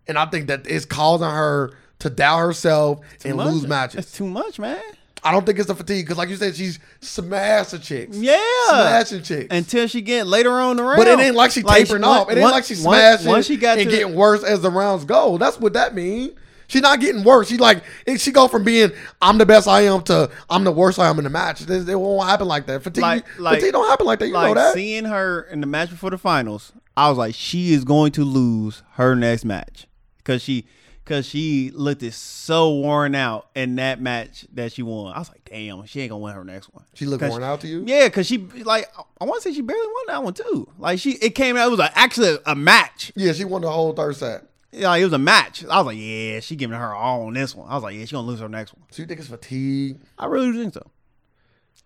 and I think that it's causing her to doubt herself and Much. lose matches. That's too much, man. I don't think it's the fatigue because, like you said, she's smashing chicks. Yeah, Smashing chicks. until she get later on the round. But it ain't like she tapering one- off. It ain't one- like she one- smashing once she got and to the- getting worse as the rounds go. That's what that mean. She not getting worse. She like it- she go from being I'm the best I am to I'm the worst I am in the match. This- It won't happen like that. Fatigue, Like- like- fatigue don't happen like that. You like know that. seeing her in the match before the finals, I was like, she is going to lose her next match because she because she looked as so worn out in that match that she won. I was like, damn, she ain't gonna win her next one. she look 'Cause- worn out to you. Yeah, because she like I want to say she barely won that one too. Like she it came out it was like, actually a match. Yeah, she won the whole third set. Yeah, like, it was a match. I was like, yeah, she giving her all on this one. I was like, yeah, she gonna lose her next one. So you think it's fatigue? I really do think so.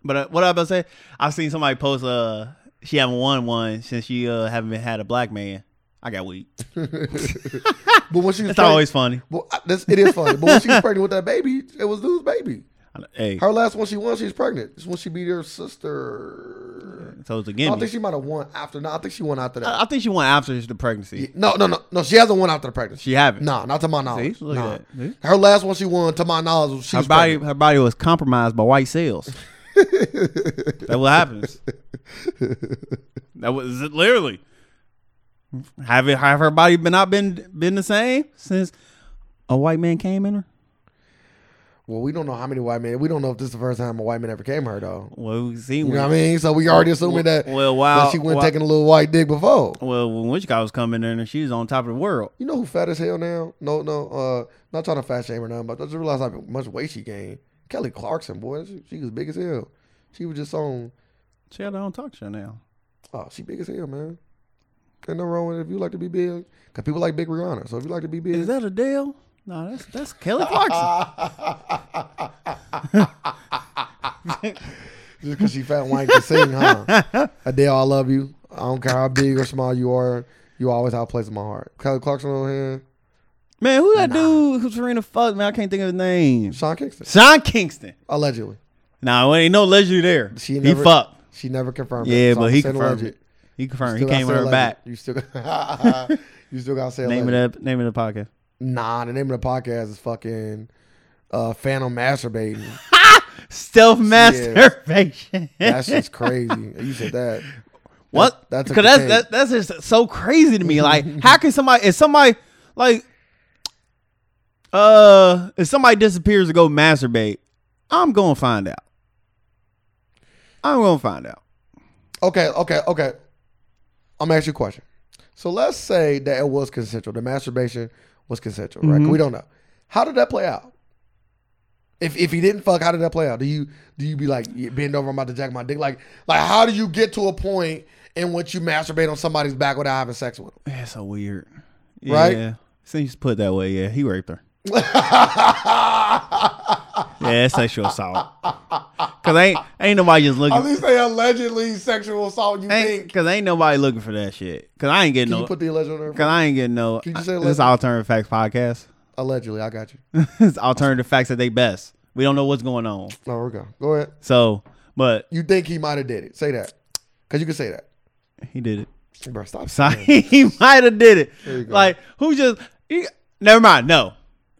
But uh, what I about to say, I've seen somebody post uh she haven't won one since she uh haven't been had a black man. I got weak. But when she was It's always funny. well, I- this, it is funny. But when she was pregnant with that baby, it was dude's baby. I- Hey, Her last one she won, she was pregnant. It's when she beat her sister. so it's a I gimme. I think she might have won after. No, I think she won after that. I think she won after the pregnancy. No, no, no, no. She hasn't won after the pregnancy. She haven't. Nah, not to my knowledge. See? Look Nah. at that. See? Her last one she won, to my knowledge, was she her was body, pregnant. her body was compromised by white cells. That's what happens. That was it literally. Have it? Have her body been not been been the same since a white man came in her? Well, we don't know how many white men. We don't know if this is the first time a white man ever came to her though. Well, we see, You know what I mean? So we already assuming that, Well, that while she went while- taking a little white dick before. Well, when Wichita was coming in, and she was on top of the world. You know who fat as hell now? No, no, uh, not trying to fat shame or nothing, but I just realized how much weight she gained. Kelly Clarkson, boy, she, she was big as hell. She was just on, She had her own talk show now. oh, she big as hell, man. Ain't no wrong with it if you like to be big, because people like big Rihanna. So if you like to be big, Is that Adele? No, that's that's Kelly Clarkson. just because she fat and white can sing, huh? Adele, I love you. I don't care how big or small you are, you always have a place in my heart. Kelly Clarkson on here, man, who that dude who's Serena fuck? Man, I can't think of his name. Sean Kingston, Sean Kingston. allegedly. Nah, there ain't no legendary there. She he never- fucked. She never confirmed it. Yeah, so but I'm he saying confirmed alleged. it. He confirmed. Still he gotta came say with her alleged. back. You still, got- you still gotta say Name alleged. of the name of the podcast. Nah, the name of the podcast is fucking uh, Phantom Masturbating. Self masturbation. That shit's crazy. You said that. what? that took Because the that's that, cake. that's just so crazy to me. Like, how can somebody if somebody like uh if somebody disappears to go masturbate, I'm gonna find out. I'm gonna find out. Okay, okay, okay. I'm gonna ask you a question. So let's say that it was consensual. The masturbation was consensual, right? We don't know. How did that play out? If if he didn't fuck, how did that play out? Do you do you be like "Yeah, bend over? I'm about to jack my dick. Like like how do you get to a point in which you masturbate on somebody's back without having sex with them? That's so weird. Right? Yeah. Since you put it that way, yeah, he raped her. Ah, Yeah, that's sexual assault. Cause ain't ain't nobody just At looking least they allegedly sexual assault. You ain't, think? cause ain't nobody looking for that shit. Cause I ain't getting Can no you put the alleged on Cause there? I ain't getting no. Can you say this like- is alternative facts podcast. Allegedly, I got you. it's alternative facts at they best. We don't know what's going on. No, we're go. Go ahead. So, but You think he might have did it? Say that, cause you can say that. he did it. Bro, stop. So he might have did you it. go. Like who just? He, never mind. No,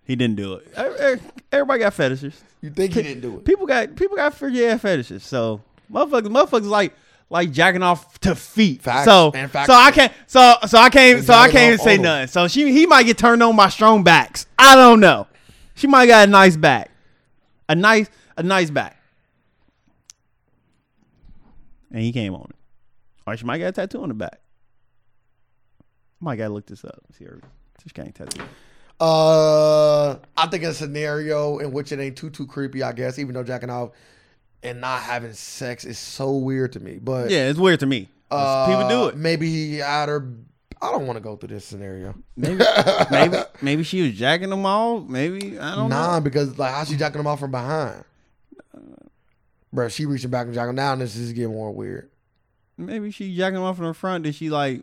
he didn't do it. Ev- ev- Everybody got fetishes. You think he didn't do it? People got people got freaky ass fetishes. So motherfuckers, motherfuckers like like jacking off to feet. Facts, so man, facts. so I can't so so I can't so I jacking can't even off say on 'em. nothing. So she he might get turned on by strong backs. I don't know. She might got a nice back, a nice a nice back, and he came on it. Or she might got a tattoo on the back. Might gotta look this up. See her. She can't tattoo. Uh, I think a scenario in which it ain't too too creepy. I guess even though jacking off and not having sex is so weird to me. But Yeah, it's weird to me. uh, people do it. Maybe he out her. I don't want to go through this scenario. Maybe, maybe, maybe she was jacking them all. Maybe I don't Nah, know. because like how she jacking him off from behind. Bro, she reaching back and jacking now. This is getting more weird. Maybe she jacking them off from the front. Did she like,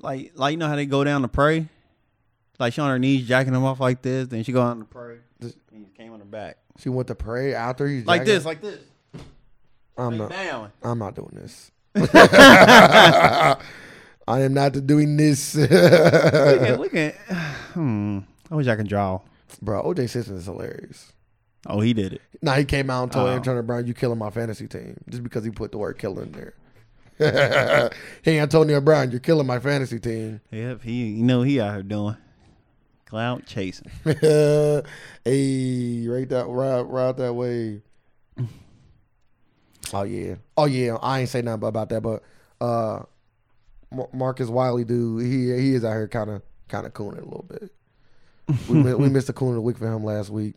like, like you know how they go down to pray? Like she on her knees jacking them off like this. Then she go out to pray. This- And he came on her back She went to pray after he's like jacking- this, like this, I'm like not. down. I'm not doing this. I am not doing this, We can, we can. Hmm. I wish I could draw. bro. OJ Simpson is hilarious. Oh, he did it. Now he came out and told Oh. him Turner Brown, "You killing my fantasy team," just because he put the word "killer" in there. hey, Antonio Brown, you're killing my fantasy team. Yep. He, you know, he out here doing cloud chasing. hey, ride that ride, ride that wave. Oh yeah, oh yeah. I ain't say nothing about that, but uh, Mar- Marcus Wiley, dude, he he is out here kind of kind of cooning a little bit. We mi- we missed the coon of the week for him last week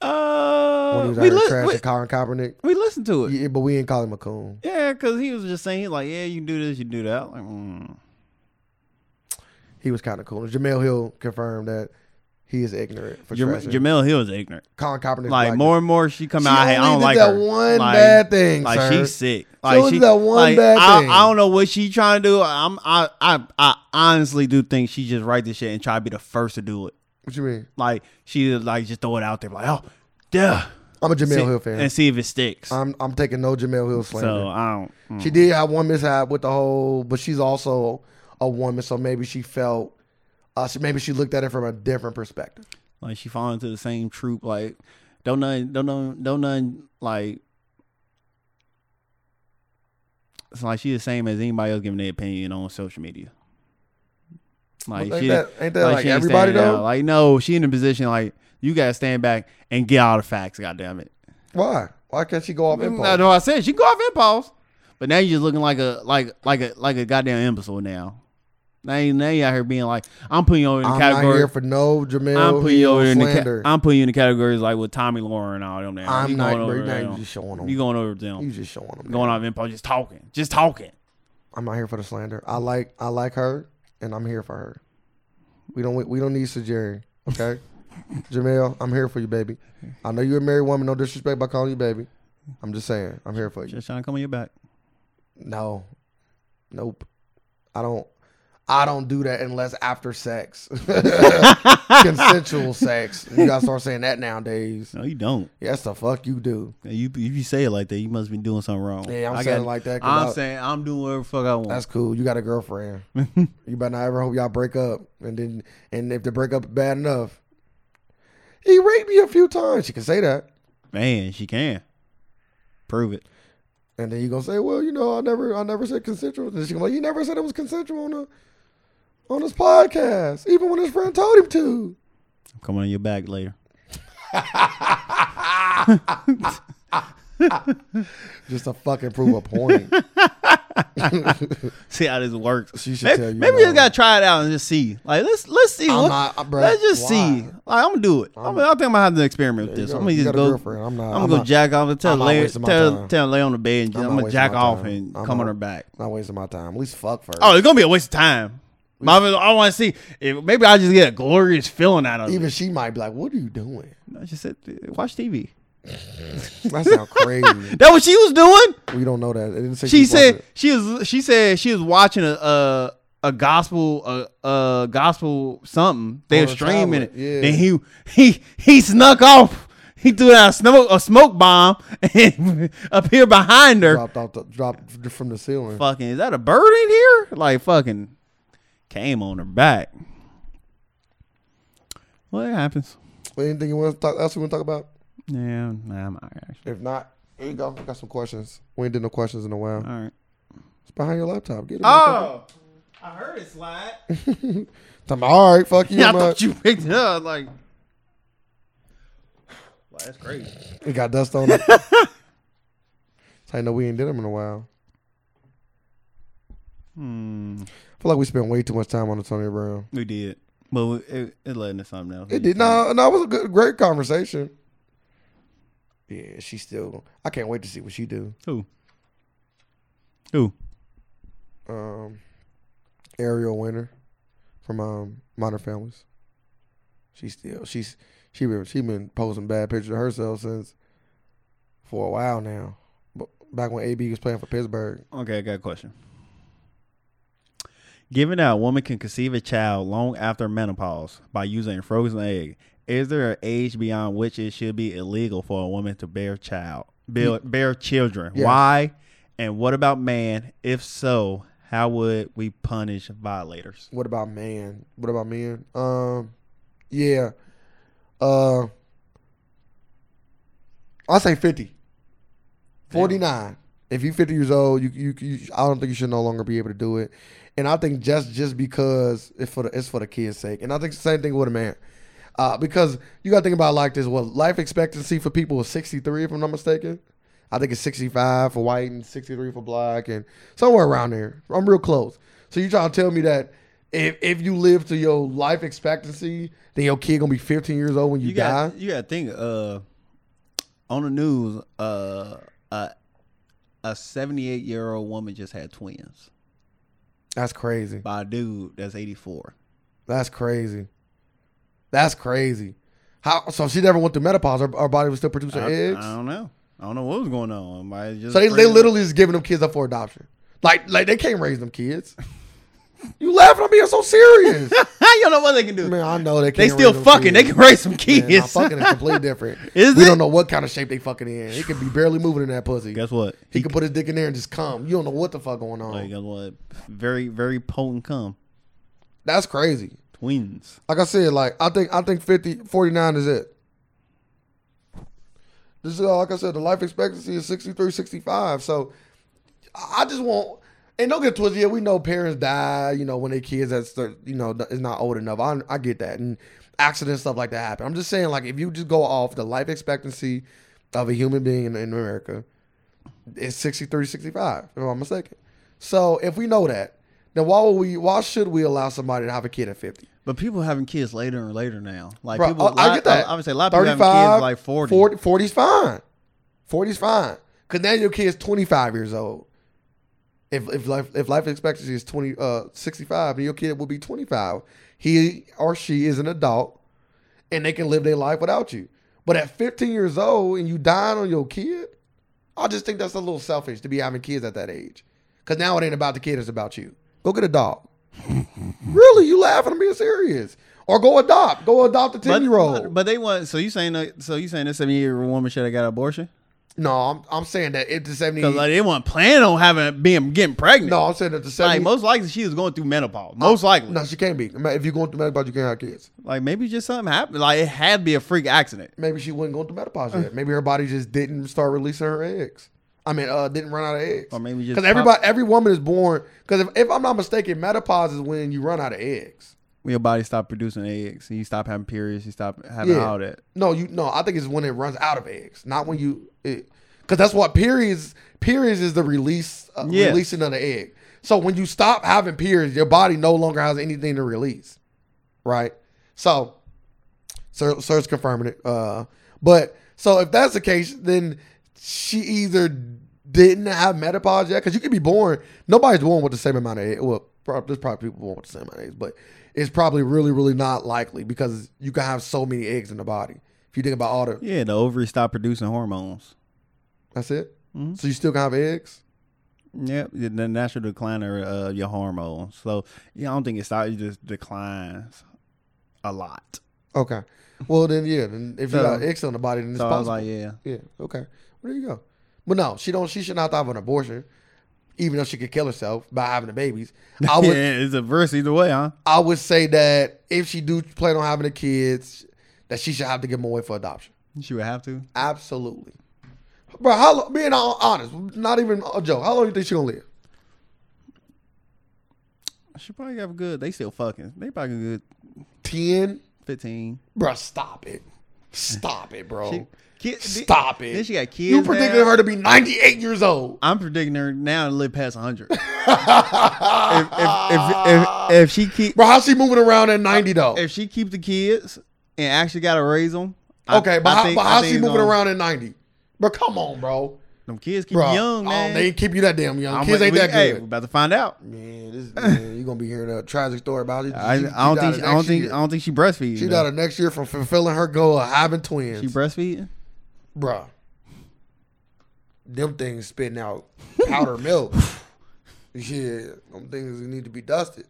when he Uh, was out we, here li- trashing we, Colin Kaepernick. we listened to it. Yeah, but we ain't call him a coon. Yeah, because he was just saying, he's like, yeah, you can do this, you can do that. Like, mm. He was kind of cool. Jamel Hill confirmed that he is ignorant for Jam- trashing Jamel Hill is ignorant. Colin Kaepernick. Like, black. more and more she come She out, hey, I only don't did like that her. one Like- bad thing, Like sir. she's sick. She Like only she, did that one like, bad I, thing. I don't know what she trying to do. I'm, I, I, I honestly do think she just write this shit and try to be the first to do it. What you mean? Like she was, like just throw it out there, like, oh, yeah, I'm a Jamel See- Hill fan. and see if it sticks. I'm I'm taking no Jamel Hill slander. so I don't. mm. She did have one mishap with the whole, but she's also a woman, so maybe she felt, uh, she, maybe she looked at it from a different perspective. Like she fall into the same troop. Like don't none, don't none, don't none. Like it's like she the same as anybody else giving their opinion on social media. Like ain't she, that, ain't that like, she ain't everybody standing out. though? Like no, she in a position like You gotta stand back and get all the facts. God damn it. Mm, Why? Why can't she go off impulse? I know I said she go off impulse, but now you're just looking like a like like a like a goddamn imbecile now. Now you now you out here being like I'm putting you over in the I'm not category. here for no Jamil I'm putting you over in the slander. ca- I'm putting you in the categories like with Tommy Lauren and all them. Now I'm you not. going bro, over now them. you just showing them. You going over them? You just showing them. going off impulse, just talking, just talking. I'm not here for the slander. I like I like her, and I'm here for her. We don't we don't need Sajeri, okay? Jamel, I'm here for you, baby. I know you're a married woman. No disrespect by calling you baby. I'm just saying, I'm here for you. Just trying to come on your back. No, nope. I don't. I don't do that unless after sex, consensual sex. You gotta start saying that nowadays. No, you don't. Yes, the fuck you do. You if you say it like that, you must be doing something wrong. Yeah, I'm I saying got- it like that. 'cause I'm I- saying I'm doing whatever the fuck I want. That's cool. You got a girlfriend. you better not ever hope y'all break up, and then and if they break up bad enough, he raped me a few times. She can say that, Man, she can prove it. and then you gonna say, well, you know, I never, I never said consensual. And she gonna be like, you never said it was consensual on the on this podcast, even when his friend told him to. I'm coming on your back later. Just to fucking prove a point. See how this works. She should maybe tell you maybe no. just gotta try it out and just see. Like let's let's see. I'm what- not- uh, bruh, let's just see. why? Like I'm gonna do it. I'm, gonna- I think I'm gonna have to experiment with You this. got- I'm gonna you just got a go. girlfriend. I'm not. I'm I'm gonna go not, jack off and tell I'm not lay wasting my tell time. tell lay on the bed and just, I'm I'm, not gonna wasting jack my off time. and I'm come on not- her back. not wasting my time. At least fuck first. Oh, it's gonna be a waste of time. My, I want to see if maybe I just get a glorious feeling out of it. Even she might be like, "What are you doing?" I just said watch TV. That sounds crazy. That what she was doing. we don't know that. It didn't say She wasn't. said she was she said she was watching a a, a gospel a, a gospel something. They On were a streaming tablet, it. yeah. Then he he he snuck off. He threw out a smoke a smoke bomb and appeared behind her. dropped off the dropped from the ceiling. Fucking is that a bird in here? Like fucking came on her back. Well, it happens. Anything you want to talk else we want to talk about? Yeah, nah, I'm all right. Actually. If not, here you go. Got some questions. We ain't did no questions in a while. All right. It's behind your laptop. Get it. motherfucker. Oh, I heard it slide. Talking about, all right, fuck you. Yeah, I man. thought you picked it up. Like, Wow, that's crazy. It got dust on it. That's how you know we ain't did them in a while. Hmm. I feel like we spent way too much time on Antonio Brown. We did, but we- it, it led into something else. It did. No, no, it was a good, great conversation. Yeah, she still. I can't wait to see what she do. Who? Who? um, Ariel Winter from um, Modern Families. She still she's she been she been posting bad pictures of herself since for a while now. But back when AB was playing for Pittsburgh, Okay, I got a question. Given that a woman can conceive a child long after menopause by using a frozen egg, is there an age beyond which it should be illegal for a woman to bear child, bear, bear children? Yes. Why? And what about man? If so, how would we punish violators? what about man? What about men? Um, yeah, uh, I say fifty. Forty nine. If you're fifty years old, you, you you I don't think you should no longer be able to do it. And I think just just because it's for the it's for the kids' sake. And I think it's the same thing with a man. Uh, because you gotta think about it like this. Well, life expectancy for people is sixty three, if I'm not mistaken. I think it's sixty five for white and sixty three for black and somewhere around there. I'm real close. So you trying to tell me that if if you live to your life expectancy, then your kid gonna be fifteen years old when you, You die? got you got to think uh on the news uh a a 78-year-old woman just had twins That's crazy. by a dude that's 84. That's crazy. That's crazy. How so? She never went through menopause. Her, her body was still producing I, eggs. I don't know. I don't know what was going on. Might just so they, they freezing. literally just giving them kids up for adoption. Like like they can't raise them kids. you laughing? I'm being so serious. you don't know what they can do. Man, I know they can't. they still raise them fucking. They kids. can raise some Man, nah, kids. fucking is completely different. Is we it? don't know what kind of shape they fucking in. He could be barely moving in that pussy. guess what? he could put his dick in there and just come. You don't know what the fuck going on. Like, guess what? Very very potent cum. That's crazy. Twins. like I said, like I think I think 50, 49 is it. This is uh, like I said, the life expectancy is 63, 65. So I I just want and don't get twisted. Yeah, we know parents die, you know, when their kids that's you know is not old enough. I I get that, and accidents stuff like that happen. I'm just saying, like, if you just go off the life expectancy of a human being in, in America, it's 63, 65, if I'm mistaken. So if we know that, then why would we? Why should we allow somebody to have a kid at 50? But people having kids later and later now. Like Bro, people, I- I lot- get that. I would say a lot of people having kids like 40. 40 40's fine. 40's fine. Because now your kid's 25 years old. If, if life if life expectancy is 20, uh, 65, then your kid will be 25. He or she is an adult and they can live their life without you. But at 15 years old and you dying on your kid, I just think that's a little selfish to be having kids at that age. Because now it ain't about the kid, it's about you. Go get a dog. really, you laughing? I'm being serious. Or go adopt. Go adopt a 10 year old. But, but they want. So you saying that? So you saying this seventy year old woman should have got an abortion? No, I'm, I'm saying that if the 70 Because like they weren't planning on having being getting pregnant. Mm-hmm. No, I'm saying that the like 70 most likely she was going through menopause. Most likely, No, she can't be. If you're going through menopause, you can't have kids. like maybe just something happened. Like it had to be a freak accident. Maybe she wasn't going through menopause yet. Maybe her body just didn't start releasing her eggs. I mean, uh, didn't run out of eggs. Or maybe just Because everybody, every woman is born. Because if, if I'm not mistaken, menopause is when you run out of eggs. When your body stopped producing eggs, and you stop having periods, you stop having Yeah. all that. No, you no. I think it's when it runs out of eggs, not when you. Because that's what periods. Periods is the release, uh, Yes. releasing of the egg. So when you stop having periods, your body no longer has anything to release, right? So, Sir, Sir's confirming it. Uh, but so if that's the case, then she either didn't have menopause yet, because you could be born. Nobody's born with the same amount of eggs. Well, prob- there's probably people born with the same amount of eggs, but it's probably really, really not likely because you can have so many eggs in the body. If you think about all the, Yeah, the ovaries stopped producing hormones. that's it. Mhm. So you still can have eggs. Yep, the the natural decline of uh, your hormones. So yeah, I don't think it stops. It just declines a lot. Okay. Well, then yeah. Then if you So- got eggs in the body, then it's So I was possible. like, yeah, Yeah. Okay. Well, there you go. But no, she don't. She should not have an abortion, even though she could kill herself by having the babies. I would. yeah, it's a verse either way, huh? I would say that if she do plan on having the kids, that she should have to give them away for adoption. She would have to. Absolutely. Bro, how long, being all honest, not even a joke. How long do you think she gonna live? She probably got a good. They still fucking. They probably good Ten, fifteen. bro. Stop it. Stop it, bro. She, kid, Stop then, it. Then she got kids. Oh. you predicted now. her to be ninety-eight years old. I'm predicting her now to live past hundred. if, if, if, if, if she keep Bro, how's she moving around at ninety though? if she keep the kids and actually got to raise them. Okay, but, how, but how's she it's moving gonna- around at 90? Bro, come on, bro. Them kids keep Bro, you young, oh, man. they ain't keep you that damn young. I'm Kids like, ain't we- that Hey, good. we about to find out. Man, this man, you gonna be hearing a tragic story about it. I, I don't think. I don't think. I don't think she breastfeeding. she though. died next year from fulfilling her goal of having twins. She breastfeeding. Bruh. Them things spitting out powder milk. Yeah, them things need to be dusted.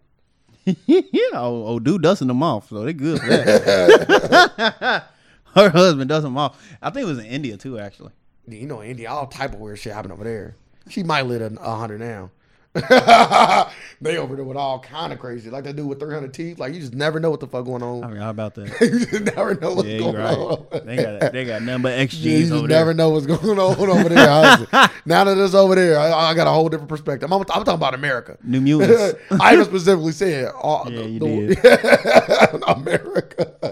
you know, old dude dusting them off, so they good for that. Her husband dusting them off. I think it was in India too, actually. You know, India, all type of weird shit happen over there. She might lit a, a hundred now. they over there with all kind of crazy, like that dude with three hundred teeth. Like you just never know what the fuck going I on. mean, how about that? you just never know what's Yeah, you going right. on. They got they got nothing but Yeah, you XGs just over never there. know what's going on over there. honestly. now that it's over there, I, I got a whole different perspective. I'm, I'm talking about America. New Mutants. I even specifically said, uh, all, Yeah, you America.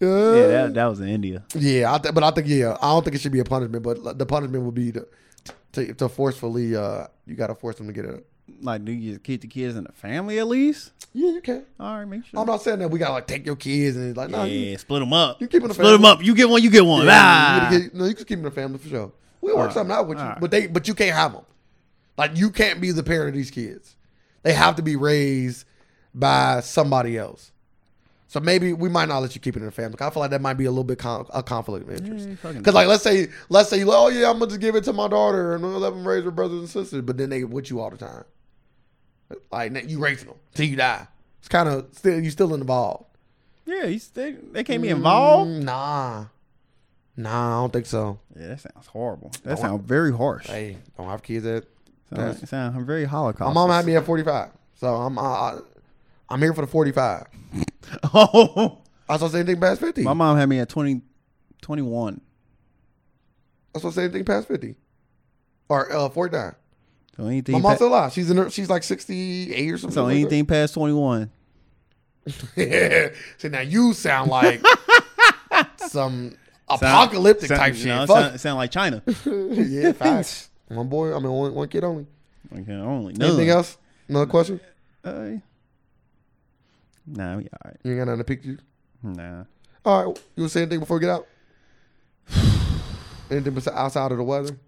yeah, yeah, that, that was in India. Yeah, I th- but I think yeah, I don't think it should be a punishment, but like, the punishment would be to to, to forcefully uh you got to force them to get it. Like, do you keep the kids in the family at least? Yeah, you can. All right, make sure. I'm not saying that we got to like take your kids and like Oh, no, yeah, you, split them up. you keep it a split them family. up. You get one. You get one. yeah, ah. you, you, no, you can keep them in the family for sure. We'll work Alright, something out with you, alright. but they but you can't have them. Like you can't be the parent of these kids. They have to be raised by somebody else. So maybe we might not let you keep it in the family. 'cause I feel like that might be a little bit con- a conflict of interest. Yeah, fucking- Cause like let's say let's say you like, oh yeah I'm gonna just give it to my daughter and I'm gonna let them raise her brothers and sisters but then they with you all the time, like na- you raising them till you die. It's kind of still you still involved. yeah, you, they, they can't be involved. Mm, Nah, nah, I don't think so. Yeah, that sounds horrible. That sounds very harsh. Hey, don't have kids at. Sound, sound very Holocaust. My mom had me at 45, so I'm I, I- I'm here for the 45. oh, I don't say anything past 50. my mom had me at 20, 21. I don't say anything past 50, or uh 49. So anything. My pa- mom's still alive. She's in her. She's like 68 or something. so like that. anything past twenty one. so now you sound like some apocalyptic Sound- type sound- shit. no, Fuck. sound, sound like China. yeah, facts. One boy, I mean, one, one kid only. Okay, I only know. Anything else? Another question? Uh, nah, we all right. You ain't got nothing to pick you. Nah. All right, you want to say anything before we get out? anything besi- outside of the weather?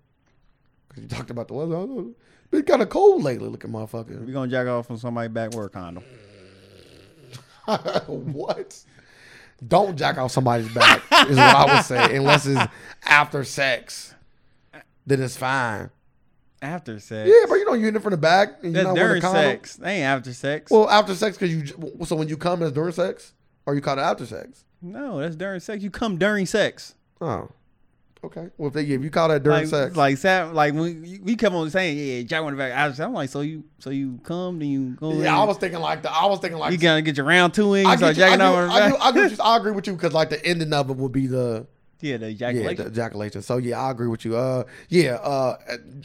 Because you talked about the weather. I don't know. Been kind of cold lately, looking motherfucker. We're going to jack off on somebody back wear a condom. what? Don't jack off somebody's back is what I would say, unless it's after sex. Then it's fine. After sex. Yeah, but you know you're in it for the back. And you're That's not wearing a during condom. sex. They ain't after sex. Well, after sex, because you j- so when you come, that's during sex, or you caught it after sex. no, that's during sex. You come during sex. Oh, okay. Well, if they if you caught that during like, sex, Like Sam, like when you- we kept on saying, yeah, Jack went back. I was, I'm like, so you, so you come, then you go. in, yeah, I was thinking like the I was thinking like You gotta get your round two in. I You start get you, I, jacking get, off on the I, get, I, back. get you, I agree with you because like the ending of it would be the Yeah, the yeah ejaculation. the ejaculation. So yeah, I agree with you. Uh, yeah, uh,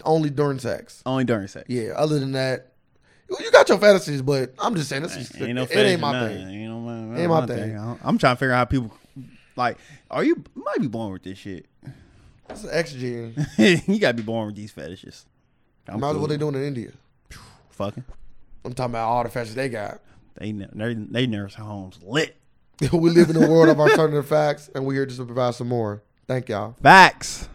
only during sex. Only during sex. Yeah, other than that, you you got your fantasies, but I'm just saying this is Ain't no it ain't fetish or my nothing. thing. Ain't no my, Ain't my my thing. thing. I don't- I'm trying to figure out how people, like, are you, you might be born with this shit. It's X gene. you gotta be born with these fetishes. I'm Imagine cool. what they doing in India. Fucking. I'm talking about all the fetishes they got. They, ne- they, they nurse homes lit. we live in a world of alternative facts, and we're here just to provide some more. Thank y'all. Facts.